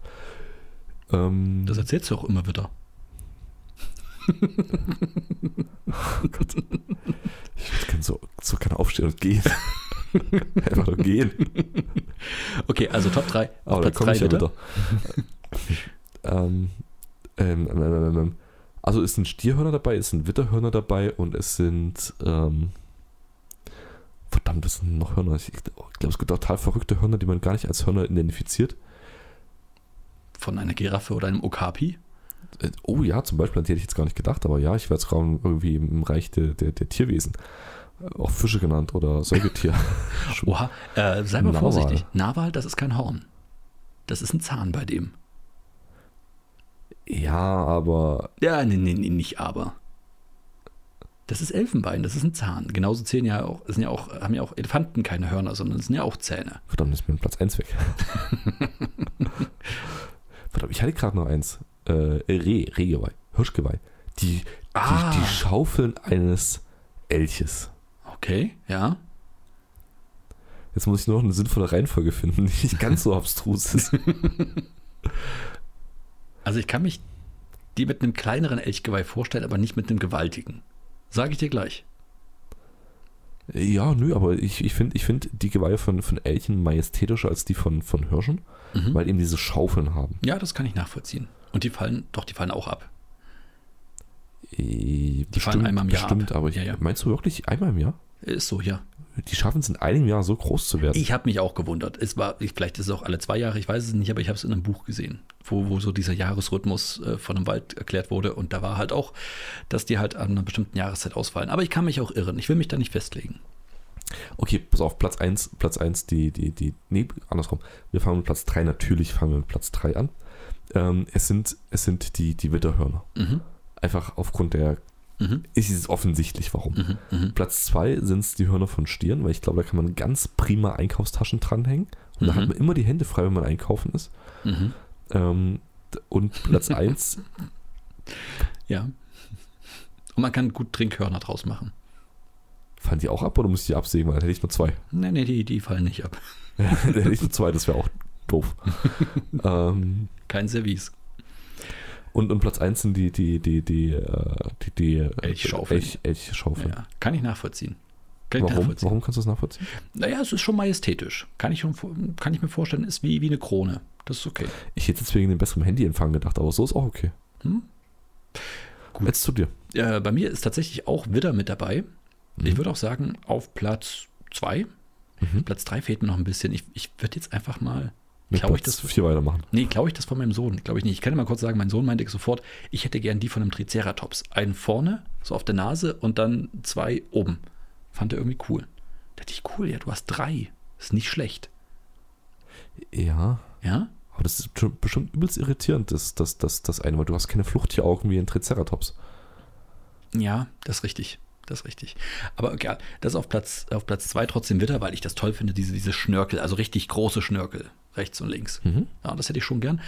[SPEAKER 1] Ähm,
[SPEAKER 2] das erzählst du auch immer wieder.
[SPEAKER 1] ich kann so, so kann er aufstehen und gehen. Einfach nur gehen.
[SPEAKER 2] Okay, also Top 3.
[SPEAKER 1] Aber da komme ich ja
[SPEAKER 2] bitte.
[SPEAKER 1] wieder. ähm, ähm, ähm, ähm, ähm, ähm. Also es sind Stierhörner dabei, es sind Witterhörner dabei und es sind ähm, verdammt, es sind noch Hörner. Ich glaube, es gibt total verrückte Hörner, die man gar nicht als Hörner identifiziert.
[SPEAKER 2] Von einer Giraffe oder einem Okapi?
[SPEAKER 1] Äh, Oh ja, zum Beispiel, an die hätte ich jetzt gar nicht gedacht, aber ja, ich werde es kaum irgendwie im Reich der, der, der Tierwesen. Äh, Auch Fische genannt oder Säugetier.
[SPEAKER 2] Oha, äh, sei mal
[SPEAKER 1] Narwal.
[SPEAKER 2] vorsichtig. Narwal, das ist kein Horn. Das ist ein Zahn bei dem.
[SPEAKER 1] ja, aber
[SPEAKER 2] Ja, nee, nee, nee, nicht aber. Das ist Elfenbein, das ist ein Zahn. Genauso zählen ja auch, sind ja auch, haben ja auch Elefanten keine Hörner, sondern es sind ja auch Zähne.
[SPEAKER 1] Verdammt, ist mir Platz 1 weg. Verdammt, ich hatte gerade noch eins. Äh, Reh, Rehgeweih, Hirschgeweih. Die,
[SPEAKER 2] Ah.
[SPEAKER 1] die, die Schaufeln eines Elches.
[SPEAKER 2] Okay, ja.
[SPEAKER 1] Jetzt muss ich nur noch eine sinnvolle Reihenfolge finden, die nicht ganz so abstrus ist.
[SPEAKER 2] Also ich kann mich die mit einem kleineren Elchgeweih vorstellen, aber nicht mit einem gewaltigen. Sage ich dir gleich.
[SPEAKER 1] ja, nö, aber ich, ich finde ich find die Geweihe von, von Elchen majestätischer als die von, von Hirschen,
[SPEAKER 2] Mhm.
[SPEAKER 1] weil eben diese Schaufeln haben.
[SPEAKER 2] Ja, das kann ich nachvollziehen. Und die fallen, doch, die fallen auch ab.
[SPEAKER 1] Die
[SPEAKER 2] fallen einmal im Jahr
[SPEAKER 1] Bestimmt,
[SPEAKER 2] ab.
[SPEAKER 1] aber ich,
[SPEAKER 2] Ja, ja.
[SPEAKER 1] meinst du wirklich einmal im Jahr?
[SPEAKER 2] Ist so, ja.
[SPEAKER 1] Die schaffen es in einem Jahr so groß zu werden.
[SPEAKER 2] Ich habe mich auch gewundert. Es war, ich- vielleicht ist es auch alle zwei Jahre, ich weiß es nicht, aber ich habe es in einem Buch gesehen, wo, wo so dieser Jahresrhythmus äh, von einem Wald erklärt wurde. Und da war halt auch, dass die halt an einer bestimmten Jahreszeit ausfallen. Aber ich kann mich auch irren. Ich will mich da nicht festlegen.
[SPEAKER 1] Okay, pass auf, Platz 1, Platz 1, die, die, die, nee, andersrum. Wir fangen mit Platz 3, natürlich fangen wir mit Platz 3 an. Ähm, es sind, es sind die, die Witterhörner.
[SPEAKER 2] Mhm.
[SPEAKER 1] Einfach aufgrund der,
[SPEAKER 2] Mhm.
[SPEAKER 1] ist es offensichtlich, warum.
[SPEAKER 2] Mhm. Mhm.
[SPEAKER 1] Platz 2 sind es die Hörner von Stieren, weil ich glaube, da kann man ganz prima Einkaufstaschen dranhängen. Und da
[SPEAKER 2] Mhm.
[SPEAKER 1] hat man immer die Hände frei, wenn man einkaufen ist.
[SPEAKER 2] Mhm.
[SPEAKER 1] Ähm, d- und Platz 1,
[SPEAKER 2] Ja. Und man kann gut Trinkhörner draus machen.
[SPEAKER 1] fallen die auch ab oder muss ich die absägen? Weil dann hätte ich nur zwei.
[SPEAKER 2] Nee, nee, die, die fallen nicht ab.
[SPEAKER 1] dann hätte ich nur zwei, das wäre auch doof. ähm,
[SPEAKER 2] Kein Service.
[SPEAKER 1] Und, und Platz 1 sind die, die, die, die, äh, die, die äh,
[SPEAKER 2] Elchschaufeln.
[SPEAKER 1] Elch, Elchschaufeln.
[SPEAKER 2] Ja. Kann ich nachvollziehen. Kann ich
[SPEAKER 1] Warum?
[SPEAKER 2] nachvollziehen.
[SPEAKER 1] Warum kannst du das nachvollziehen?
[SPEAKER 2] Naja, es ist schon majestätisch. Kann ich, schon, vor- kann ich mir vorstellen, ist wie, wie eine Krone. Das ist okay.
[SPEAKER 1] Ich hätte jetzt wegen dem besseren Handyempfang gedacht, aber so ist auch okay.
[SPEAKER 2] Hm? Gut.
[SPEAKER 1] Jetzt zu dir.
[SPEAKER 2] Äh, bei mir ist tatsächlich auch Widder mit dabei. Ich würde auch sagen, auf Platz 2.
[SPEAKER 1] Mhm.
[SPEAKER 2] Platz 3 fehlt mir noch ein bisschen. Ich, ich würde jetzt einfach mal.
[SPEAKER 1] Mit
[SPEAKER 2] Glaube ich,
[SPEAKER 1] Platz
[SPEAKER 2] das,
[SPEAKER 1] vier weitermachen.
[SPEAKER 2] nee, glaube ich das von meinem Sohn? Glaube ich nicht. Ich kann dir mal kurz sagen, mein Sohn meinte sofort, ich hätte gern die von einem Triceratops. Einen vorne, so auf der Nase und dann zwei oben. Fand er irgendwie cool. Dachte ich, cool, ja, du hast drei. Ist nicht schlecht.
[SPEAKER 1] Ja.
[SPEAKER 2] Ja?
[SPEAKER 1] Aber das ist schon bestimmt übelst irritierend, das, das, das, das eine, weil du hast keine Flucht hier Augen wie ein Triceratops.
[SPEAKER 2] Ja, das ist richtig. Das ist richtig. Aber egal, das ist auf Platz, auf Platz zwei trotzdem Witter, weil ich das toll finde, diese, diese Schnörkel, also richtig große Schnörkel, rechts und links.
[SPEAKER 1] Mhm.
[SPEAKER 2] Ja, das hätte ich schon gern.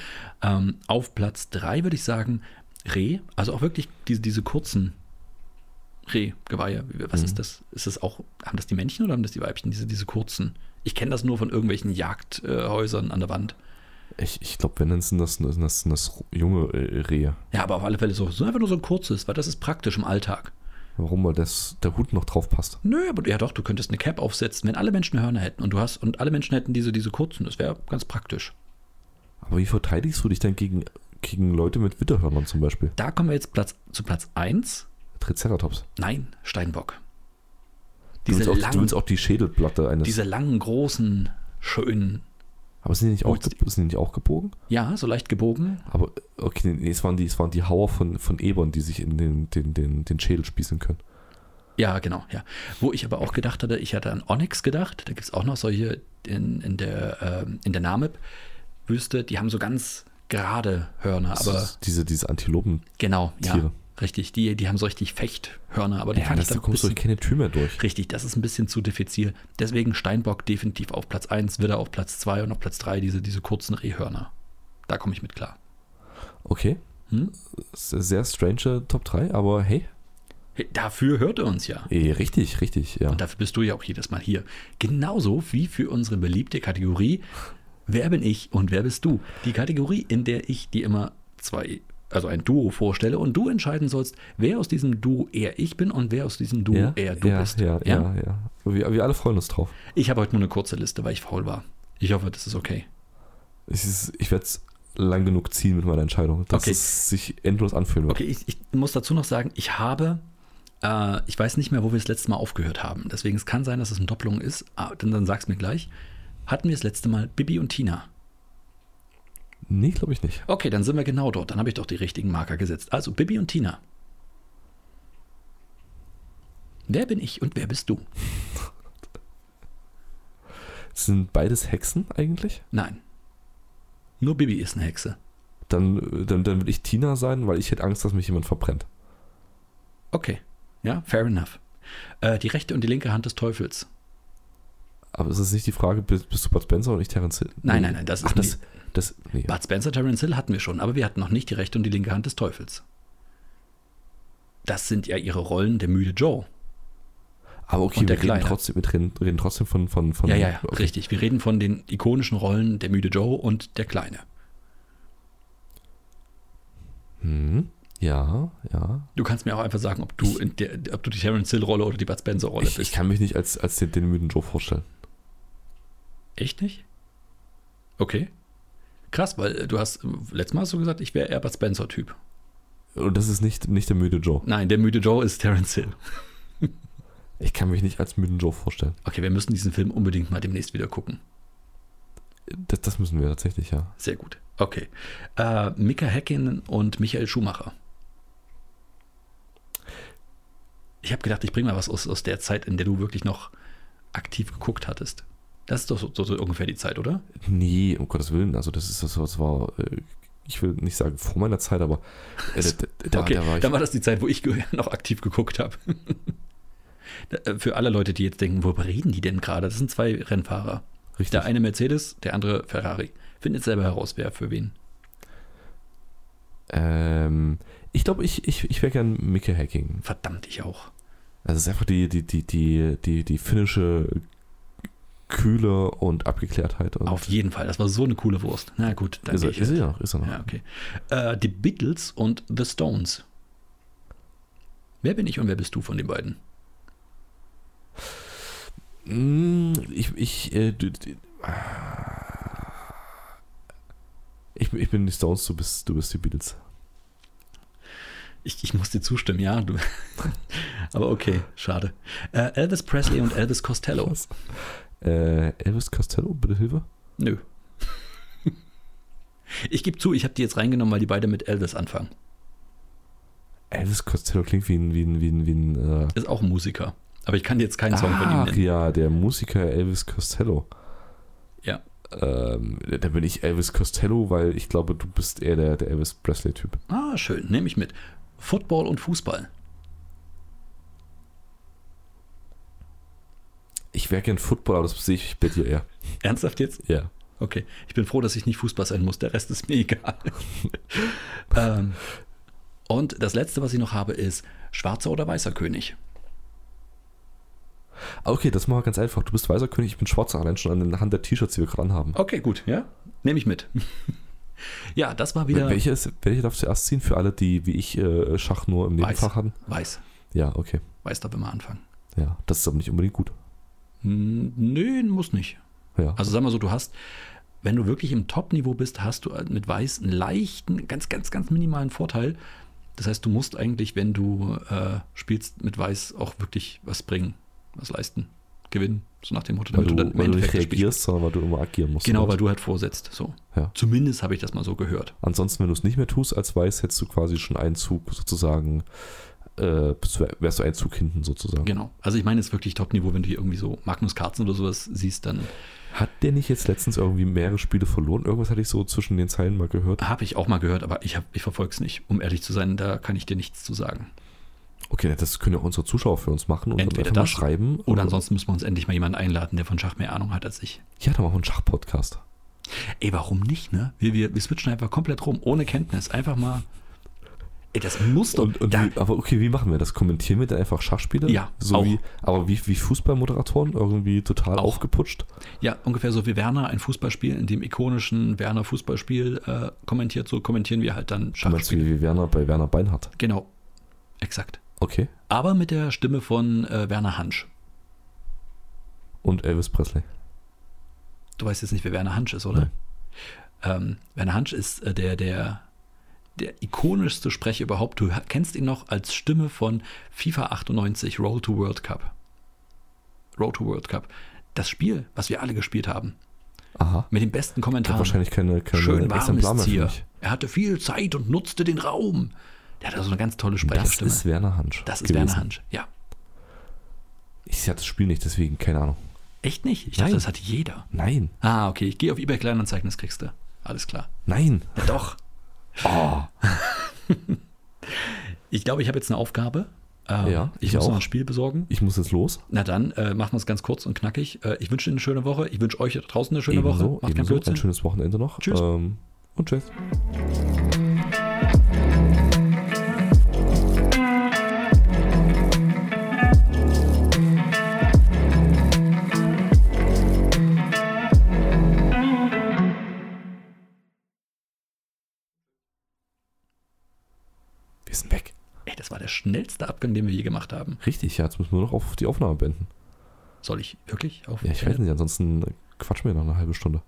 [SPEAKER 2] Ähm, auf Platz drei würde ich sagen, Reh, also auch wirklich diese, diese kurzen Rehgeweihe. Was ist das? Ist das auch, haben das die Männchen oder haben das die Weibchen, diese, diese kurzen? Ich kenne das nur von irgendwelchen Jagdhäusern an der Wand.
[SPEAKER 1] Ich, ich glaube, wir nennen es das, das, das, das junge äh, Rehe.
[SPEAKER 2] Ja, aber auf alle Fälle so, so einfach nur so ein kurzes, weil das ist praktisch im Alltag.
[SPEAKER 1] Warum? Weil das, der Hut noch drauf passt.
[SPEAKER 2] Nö, aber ja doch, du könntest eine Cap aufsetzen, wenn alle Menschen Hörner hätten und du hast und alle Menschen hätten diese, diese kurzen, das wäre ganz praktisch.
[SPEAKER 1] Aber wie verteidigst du dich denn gegen, gegen Leute mit Witterhörnern zum Beispiel?
[SPEAKER 2] Da kommen wir jetzt Platz, zu Platz 1.
[SPEAKER 1] Triceratops.
[SPEAKER 2] Nein, Steinbock.
[SPEAKER 1] Du
[SPEAKER 2] Diese
[SPEAKER 1] willst, auch, du
[SPEAKER 2] langen,
[SPEAKER 1] willst auch die Schädelplatte eines.
[SPEAKER 2] diese langen, großen, schönen,
[SPEAKER 1] aber sind die, nicht auch,
[SPEAKER 2] Gut.
[SPEAKER 1] ge- sind die nicht auch gebogen?
[SPEAKER 2] ja, so leicht gebogen.
[SPEAKER 1] Aber okay, nee, es waren die, es waren die Hauer von, von Ebern, die sich in den, den, den, den Schädel spießen können.
[SPEAKER 2] Ja, genau, ja. Wo ich aber auch gedacht hatte, ich hatte an Onyx gedacht, da gibt es auch noch solche in, in der, ähm, in der Namib-Wüste, die haben so ganz gerade Hörner,
[SPEAKER 1] Das
[SPEAKER 2] aber
[SPEAKER 1] ist Also diese, diese Antilopen.
[SPEAKER 2] genau, ja,
[SPEAKER 1] Tiere.
[SPEAKER 2] richtig, die, die haben so richtig Fechthörner, aber die
[SPEAKER 1] Ja,
[SPEAKER 2] fand ich
[SPEAKER 1] das, da
[SPEAKER 2] dann ein Hm?
[SPEAKER 1] kommst du
[SPEAKER 2] bisschen,
[SPEAKER 1] durch keine Tür mehr durch.
[SPEAKER 2] Richtig, das ist ein bisschen zu diffizil. Deswegen Steinbock definitiv auf Platz 1, Widder auf Platz 2 und auf Platz 3 diese, diese kurzen Rehhörner. Da komme ich mit klar.
[SPEAKER 1] Okay.
[SPEAKER 2] Hm?
[SPEAKER 1] Sehr strange Top 3, aber hey.
[SPEAKER 2] Hey, dafür hört er uns ja.
[SPEAKER 1] eh, Richtig, richtig, ja.
[SPEAKER 2] Und dafür bist du ja auch jedes Mal hier. Genauso wie für unsere beliebte Kategorie Wer bin ich und wer bist du? Die Kategorie, in der ich dir immer zwei, also ein Duo vorstelle und du entscheiden sollst, wer aus diesem Duo eher ich bin und wer aus diesem Duo
[SPEAKER 1] ja,
[SPEAKER 2] eher du
[SPEAKER 1] ja,
[SPEAKER 2] bist.
[SPEAKER 1] Ja, ja, ja. Wir, wir alle freuen uns drauf.
[SPEAKER 2] Ich habe heute nur eine kurze Liste, weil ich faul war. Ich hoffe, das ist okay.
[SPEAKER 1] Es ist, ich werde es lang genug ziehen mit meiner Entscheidung, dass
[SPEAKER 2] Okay.
[SPEAKER 1] es sich endlos anfühlen wird.
[SPEAKER 2] Okay, ich, ich muss dazu noch sagen, ich habe, äh, ich weiß nicht mehr, wo wir das letzte Mal aufgehört haben. Deswegen, es kann sein, dass es eine Doppelung ist. Ah, dann, dann sag's mir gleich. Hatten wir das letzte Mal Bibi und Tina?
[SPEAKER 1] Nee, glaube ich nicht.
[SPEAKER 2] Okay, dann sind wir genau dort. Dann habe ich doch die richtigen Marker gesetzt. Also Bibi und Tina. Wer bin ich und wer bist du?
[SPEAKER 1] Sind beides Hexen eigentlich?
[SPEAKER 2] Nein. Nur Bibi ist eine Hexe.
[SPEAKER 1] Dann, äh, dann, dann will ich Tina sein, weil ich hätte Angst, dass mich jemand verbrennt.
[SPEAKER 2] Okay. Ja, fair enough. Äh, die rechte und die linke Hand des Teufels.
[SPEAKER 1] Aber es ist nicht die Frage, bist, bist du Bud Spencer und ich Terence Hill?
[SPEAKER 2] Nein, nein, nein, das
[SPEAKER 1] Ach,
[SPEAKER 2] ist
[SPEAKER 1] das, das, nee.
[SPEAKER 2] Bud Spencer, Terence Hill hatten wir schon, aber wir hatten noch nicht die rechte und die linke Hand des Teufels. Das sind ja ihre Rollen, der müde Joe.
[SPEAKER 1] Aber okay,
[SPEAKER 2] Und der
[SPEAKER 1] wir reden
[SPEAKER 2] Kleine.
[SPEAKER 1] trotzdem, wir reden, reden trotzdem von, von, von
[SPEAKER 2] Ja, ja, ja,
[SPEAKER 1] okay.
[SPEAKER 2] richtig. Wir reden von den ikonischen Rollen, der müde Joe und der Kleine.
[SPEAKER 1] Hm, ja, ja.
[SPEAKER 2] Du kannst mir auch einfach sagen, ob du, in der, ob du die Terence Hill-Rolle oder die Bud Spencer-Rolle
[SPEAKER 1] Ich, ich
[SPEAKER 2] bist.
[SPEAKER 1] kann mich nicht als, als den, den müden Joe vorstellen.
[SPEAKER 2] Echt nicht? Okay. Krass, weil äh, du hast, äh, letztes Mal hast du gesagt, ich wäre eher Bud Spencer-Typ.
[SPEAKER 1] Und das ist nicht, nicht der müde Joe.
[SPEAKER 2] Nein, der müde Joe ist Terence Hill.
[SPEAKER 1] Ich kann mich nicht als müden Joe vorstellen.
[SPEAKER 2] Okay, wir müssen diesen Film unbedingt mal demnächst wieder gucken.
[SPEAKER 1] Das, das müssen wir tatsächlich, ja.
[SPEAKER 2] Sehr gut. Okay. Äh, Mika Häkkinen und Michael Schumacher. Ich habe gedacht, ich bringe mal was aus, aus der Zeit, in der du wirklich noch aktiv geguckt hattest. Das ist doch so, so, so ungefähr die Zeit, oder?
[SPEAKER 1] Nee, um Gottes Willen. Also, das ist das, was war, äh, ich will nicht sagen vor meiner Zeit, aber äh, da, da,
[SPEAKER 2] okay,
[SPEAKER 1] da war ich.
[SPEAKER 2] dann war das die Zeit, wo ich ge- noch aktiv geguckt habe. Da, äh, Für alle Leute, die jetzt denken, worüber reden die denn gerade? Das sind zwei Rennfahrer.
[SPEAKER 1] richtig.
[SPEAKER 2] Der eine Mercedes, der andere Ferrari. Findet selber heraus, wer für wen.
[SPEAKER 1] ähm, ich glaube, ich, ich, ich wäre gern Micke Hacking.
[SPEAKER 2] Verdammt, ich auch.
[SPEAKER 1] Also, es ist einfach die, die, die, die, die, die finnische Kühle und Abgeklärtheit. Und
[SPEAKER 2] Auf jeden Fall. Das war so eine coole Wurst. Na gut, dann
[SPEAKER 1] ist
[SPEAKER 2] geh
[SPEAKER 1] er,
[SPEAKER 2] ich
[SPEAKER 1] ist er noch, ist er noch.
[SPEAKER 2] Ja, okay. Äh, die Beatles und The Stones. Wer bin ich und wer bist du von den beiden?
[SPEAKER 1] Mm, Ich, ich, äh, du- du- ah. ich, ich bin die Stones, du bist, du bist die Beatles.
[SPEAKER 2] Ich, ich muss dir zustimmen, ja. Du. Aber okay, schade. Äh, Elvis Presley und Elvis Costello.
[SPEAKER 1] Was? Äh, Elvis Costello, bitte Hilfe.
[SPEAKER 2] Nö. Ich gebe zu, ich habe die jetzt reingenommen, weil die beide mit Elvis anfangen.
[SPEAKER 1] Elvis Costello klingt wie ein, wie ein, wie ein, wie ein äh,
[SPEAKER 2] Ist auch ein Musiker. Aber ich kann jetzt keinen Song von ihm
[SPEAKER 1] Ach
[SPEAKER 2] nennen.
[SPEAKER 1] ja, der Musiker Elvis Costello.
[SPEAKER 2] Ja.
[SPEAKER 1] Ähm, da bin ich Elvis Costello, weil ich glaube, du bist eher der, der Elvis Presley-Typ.
[SPEAKER 2] Ah, schön, nehme ich mit. Football und Fußball.
[SPEAKER 1] Ich wäre gern Footballer, aber das sehe ich bei dir eher.
[SPEAKER 2] Ernsthaft jetzt?
[SPEAKER 1] Ja.
[SPEAKER 2] Okay. Ich bin froh, dass ich nicht Fußball sein muss. Der Rest ist mir egal. ähm, und das letzte, was ich noch habe, ist schwarzer oder weißer König.
[SPEAKER 1] Ah, Okay, das machen wir ganz einfach. Du bist weißer König, ich bin schwarzer, allein schon anhand der T-Shirts, die wir gerade anhaben.
[SPEAKER 2] Okay, gut, ja. Nehme ich mit. ja, das war wieder
[SPEAKER 1] Wel- Welche, ist, welche darfst du erst ziehen für alle, die wie ich äh, Schach nur im
[SPEAKER 2] Weiß.
[SPEAKER 1] Nebenfach hatten?
[SPEAKER 2] weiß.
[SPEAKER 1] Ja, okay.
[SPEAKER 2] Weiß darf immer anfangen.
[SPEAKER 1] Ja, das ist aber nicht unbedingt gut.
[SPEAKER 2] Hm, Nö, muss nicht.
[SPEAKER 1] Ja.
[SPEAKER 2] Also sag mal so, du hast, wenn du wirklich im Top-Niveau bist, hast du mit Weiß einen leichten, ganz, ganz, ganz minimalen Vorteil. Das heißt, du musst eigentlich, wenn du äh, spielst, mit Weiß auch wirklich was bringen, was leisten, gewinnen. So nach dem Motto,
[SPEAKER 1] weil
[SPEAKER 2] damit
[SPEAKER 1] du,
[SPEAKER 2] du dann im
[SPEAKER 1] weil du nicht
[SPEAKER 2] Endeffekt das Spiel-
[SPEAKER 1] reagierst, sondern weil du immer agieren musst.
[SPEAKER 2] Genau, weil du halt vorsetzt. So.
[SPEAKER 1] Ja.
[SPEAKER 2] Zumindest habe ich das mal so gehört.
[SPEAKER 1] Ansonsten, wenn du es nicht mehr tust als weiß, hättest du quasi schon einen Zug sozusagen, äh, bist du- wärst du einen Zug hinten sozusagen.
[SPEAKER 2] Genau. Also ich meine jetzt wirklich Top-Niveau, wenn du hier irgendwie so Magnus Carlsen oder sowas siehst, dann
[SPEAKER 1] Hat der nicht jetzt letztens irgendwie mehrere Spiele verloren? Irgendwas hatte ich so zwischen den Zeilen mal gehört.
[SPEAKER 2] habe ich auch mal gehört, aber ich, hab- ich verfolge es nicht. Um ehrlich zu sein, da kann ich dir nichts zu sagen.
[SPEAKER 1] Okay, das können ja unsere Zuschauer für uns machen und dann
[SPEAKER 2] Entweder
[SPEAKER 1] einfach mal
[SPEAKER 2] das
[SPEAKER 1] schreiben.
[SPEAKER 2] Oder ansonsten müssen wir uns endlich mal jemanden einladen, der von Schach mehr Ahnung hat als ich.
[SPEAKER 1] Ja, dann machen wir einen Schachpodcast.
[SPEAKER 2] Ey, warum nicht, ne? Wir, wir, wir switchen einfach komplett rum, ohne Kenntnis. Einfach mal. Ey, das muss doch.
[SPEAKER 1] Und, und
[SPEAKER 2] da,
[SPEAKER 1] wie, aber okay, wie machen wir das? Kommentieren wir dann einfach Schachspiele?
[SPEAKER 2] Ja,
[SPEAKER 1] So
[SPEAKER 2] auch.
[SPEAKER 1] wie, aber wie, wie Fußballmoderatoren irgendwie total
[SPEAKER 2] Auch.
[SPEAKER 1] aufgeputscht?
[SPEAKER 2] ja, ungefähr so wie Werner ein Fußballspiel, in dem ikonischen Werner Fußballspiel äh, kommentiert, so kommentieren wir halt dann
[SPEAKER 1] Du meinst
[SPEAKER 2] Schachspiele.
[SPEAKER 1] wie, wie Werner bei Werner Beinhardt?
[SPEAKER 2] Genau. Exakt.
[SPEAKER 1] Okay.
[SPEAKER 2] Aber mit der Stimme von äh, Werner Hansch.
[SPEAKER 1] Und Elvis Presley.
[SPEAKER 2] Du weißt jetzt nicht, wer Werner Hansch ist, oder? Ähm, Werner Hansch ist äh, der, der, der ikonischste Sprecher überhaupt. Du ha- kennst ihn noch als Stimme von FIFA 98 Roll to World Cup. Roll to World Cup. Das Spiel, was wir alle gespielt haben.
[SPEAKER 1] Aha.
[SPEAKER 2] Mit den besten
[SPEAKER 1] Ich habe
[SPEAKER 2] Kommentaren.
[SPEAKER 1] wahrscheinlich keine, keine
[SPEAKER 2] Ähm, Schön warm
[SPEAKER 1] Exemplare
[SPEAKER 2] ist
[SPEAKER 1] mehr für
[SPEAKER 2] hier.
[SPEAKER 1] mich.
[SPEAKER 2] Er hatte viel Zeit und nutzte den Raum. Der hatte so eine ganz tolle
[SPEAKER 1] Das
[SPEAKER 2] Sprecherstimme.
[SPEAKER 1] ist Werner Hansch.
[SPEAKER 2] das ist
[SPEAKER 1] gewesen.
[SPEAKER 2] Werner Hansch, ja.
[SPEAKER 1] Ich sehe das Spiel nicht, deswegen keine Ahnung.
[SPEAKER 2] Echt nicht? Ich dachte,
[SPEAKER 1] Nein.
[SPEAKER 2] das hat jeder.
[SPEAKER 1] Nein,
[SPEAKER 2] Ah, okay. Ich gehe auf eBay Kleinanzeigen, das kriegst du. Alles klar.
[SPEAKER 1] nein.
[SPEAKER 2] Ja, doch.
[SPEAKER 1] Oh.
[SPEAKER 2] Ich glaube, ich habe jetzt eine Aufgabe. Ähm,
[SPEAKER 1] Ja,
[SPEAKER 2] ich,
[SPEAKER 1] ich
[SPEAKER 2] muss
[SPEAKER 1] auch.
[SPEAKER 2] noch ein Spiel besorgen.
[SPEAKER 1] Ich muss jetzt los.
[SPEAKER 2] Na dann, äh, machen wir es ganz kurz und knackig. Äh, ich wünsche Ihnen eine schöne Woche. Ich wünsche euch da draußen eine schöne Woche.
[SPEAKER 1] Ebenso,
[SPEAKER 2] Macht keinen
[SPEAKER 1] ebenso.
[SPEAKER 2] Blödsinn.
[SPEAKER 1] Ein schönes Wochenende noch.
[SPEAKER 2] Tschüss.
[SPEAKER 1] Ähm, und tschüss. Wir sind weg.
[SPEAKER 2] Ey, das war der schnellste Abgang, den wir je gemacht haben.
[SPEAKER 1] Richtig, ja, jetzt müssen wir noch auf die Aufnahme beenden.
[SPEAKER 2] Soll ich wirklich auf?
[SPEAKER 1] Ja, ich weiß nicht, ansonsten quatschen wir noch eine halbe Stunde.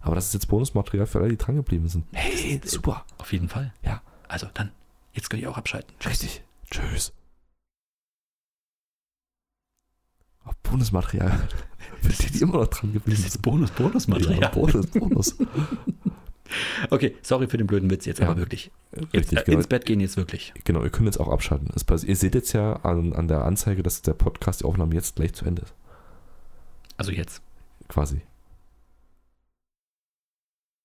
[SPEAKER 1] Aber das ist jetzt Bonusmaterial für alle, die dran geblieben sind. Hey, super.
[SPEAKER 2] Auf jeden Fall.
[SPEAKER 1] Ja.
[SPEAKER 2] Also dann, jetzt könnt ihr auch abschalten.
[SPEAKER 1] Richtig. Tschüss. Oh, Bonusmaterial. Für die, die immer noch dran
[SPEAKER 2] Das
[SPEAKER 1] geblieben
[SPEAKER 2] ist
[SPEAKER 1] sind.
[SPEAKER 2] jetzt Bonus, Bonusmaterial.
[SPEAKER 1] Ja, Bonus, Bonus.
[SPEAKER 2] Okay, sorry für den blöden Witz jetzt,
[SPEAKER 1] Ja.
[SPEAKER 2] aber wirklich. Jetzt,
[SPEAKER 1] Richtig,
[SPEAKER 2] äh,
[SPEAKER 1] genau.
[SPEAKER 2] Ins Bett gehen jetzt wirklich.
[SPEAKER 1] Genau, ihr könnt jetzt auch abschalten. Es passi- ihr seht jetzt ja an, an der Anzeige, dass der Podcast, die Aufnahme jetzt gleich zu Ende ist.
[SPEAKER 2] Also jetzt.
[SPEAKER 1] Quasi.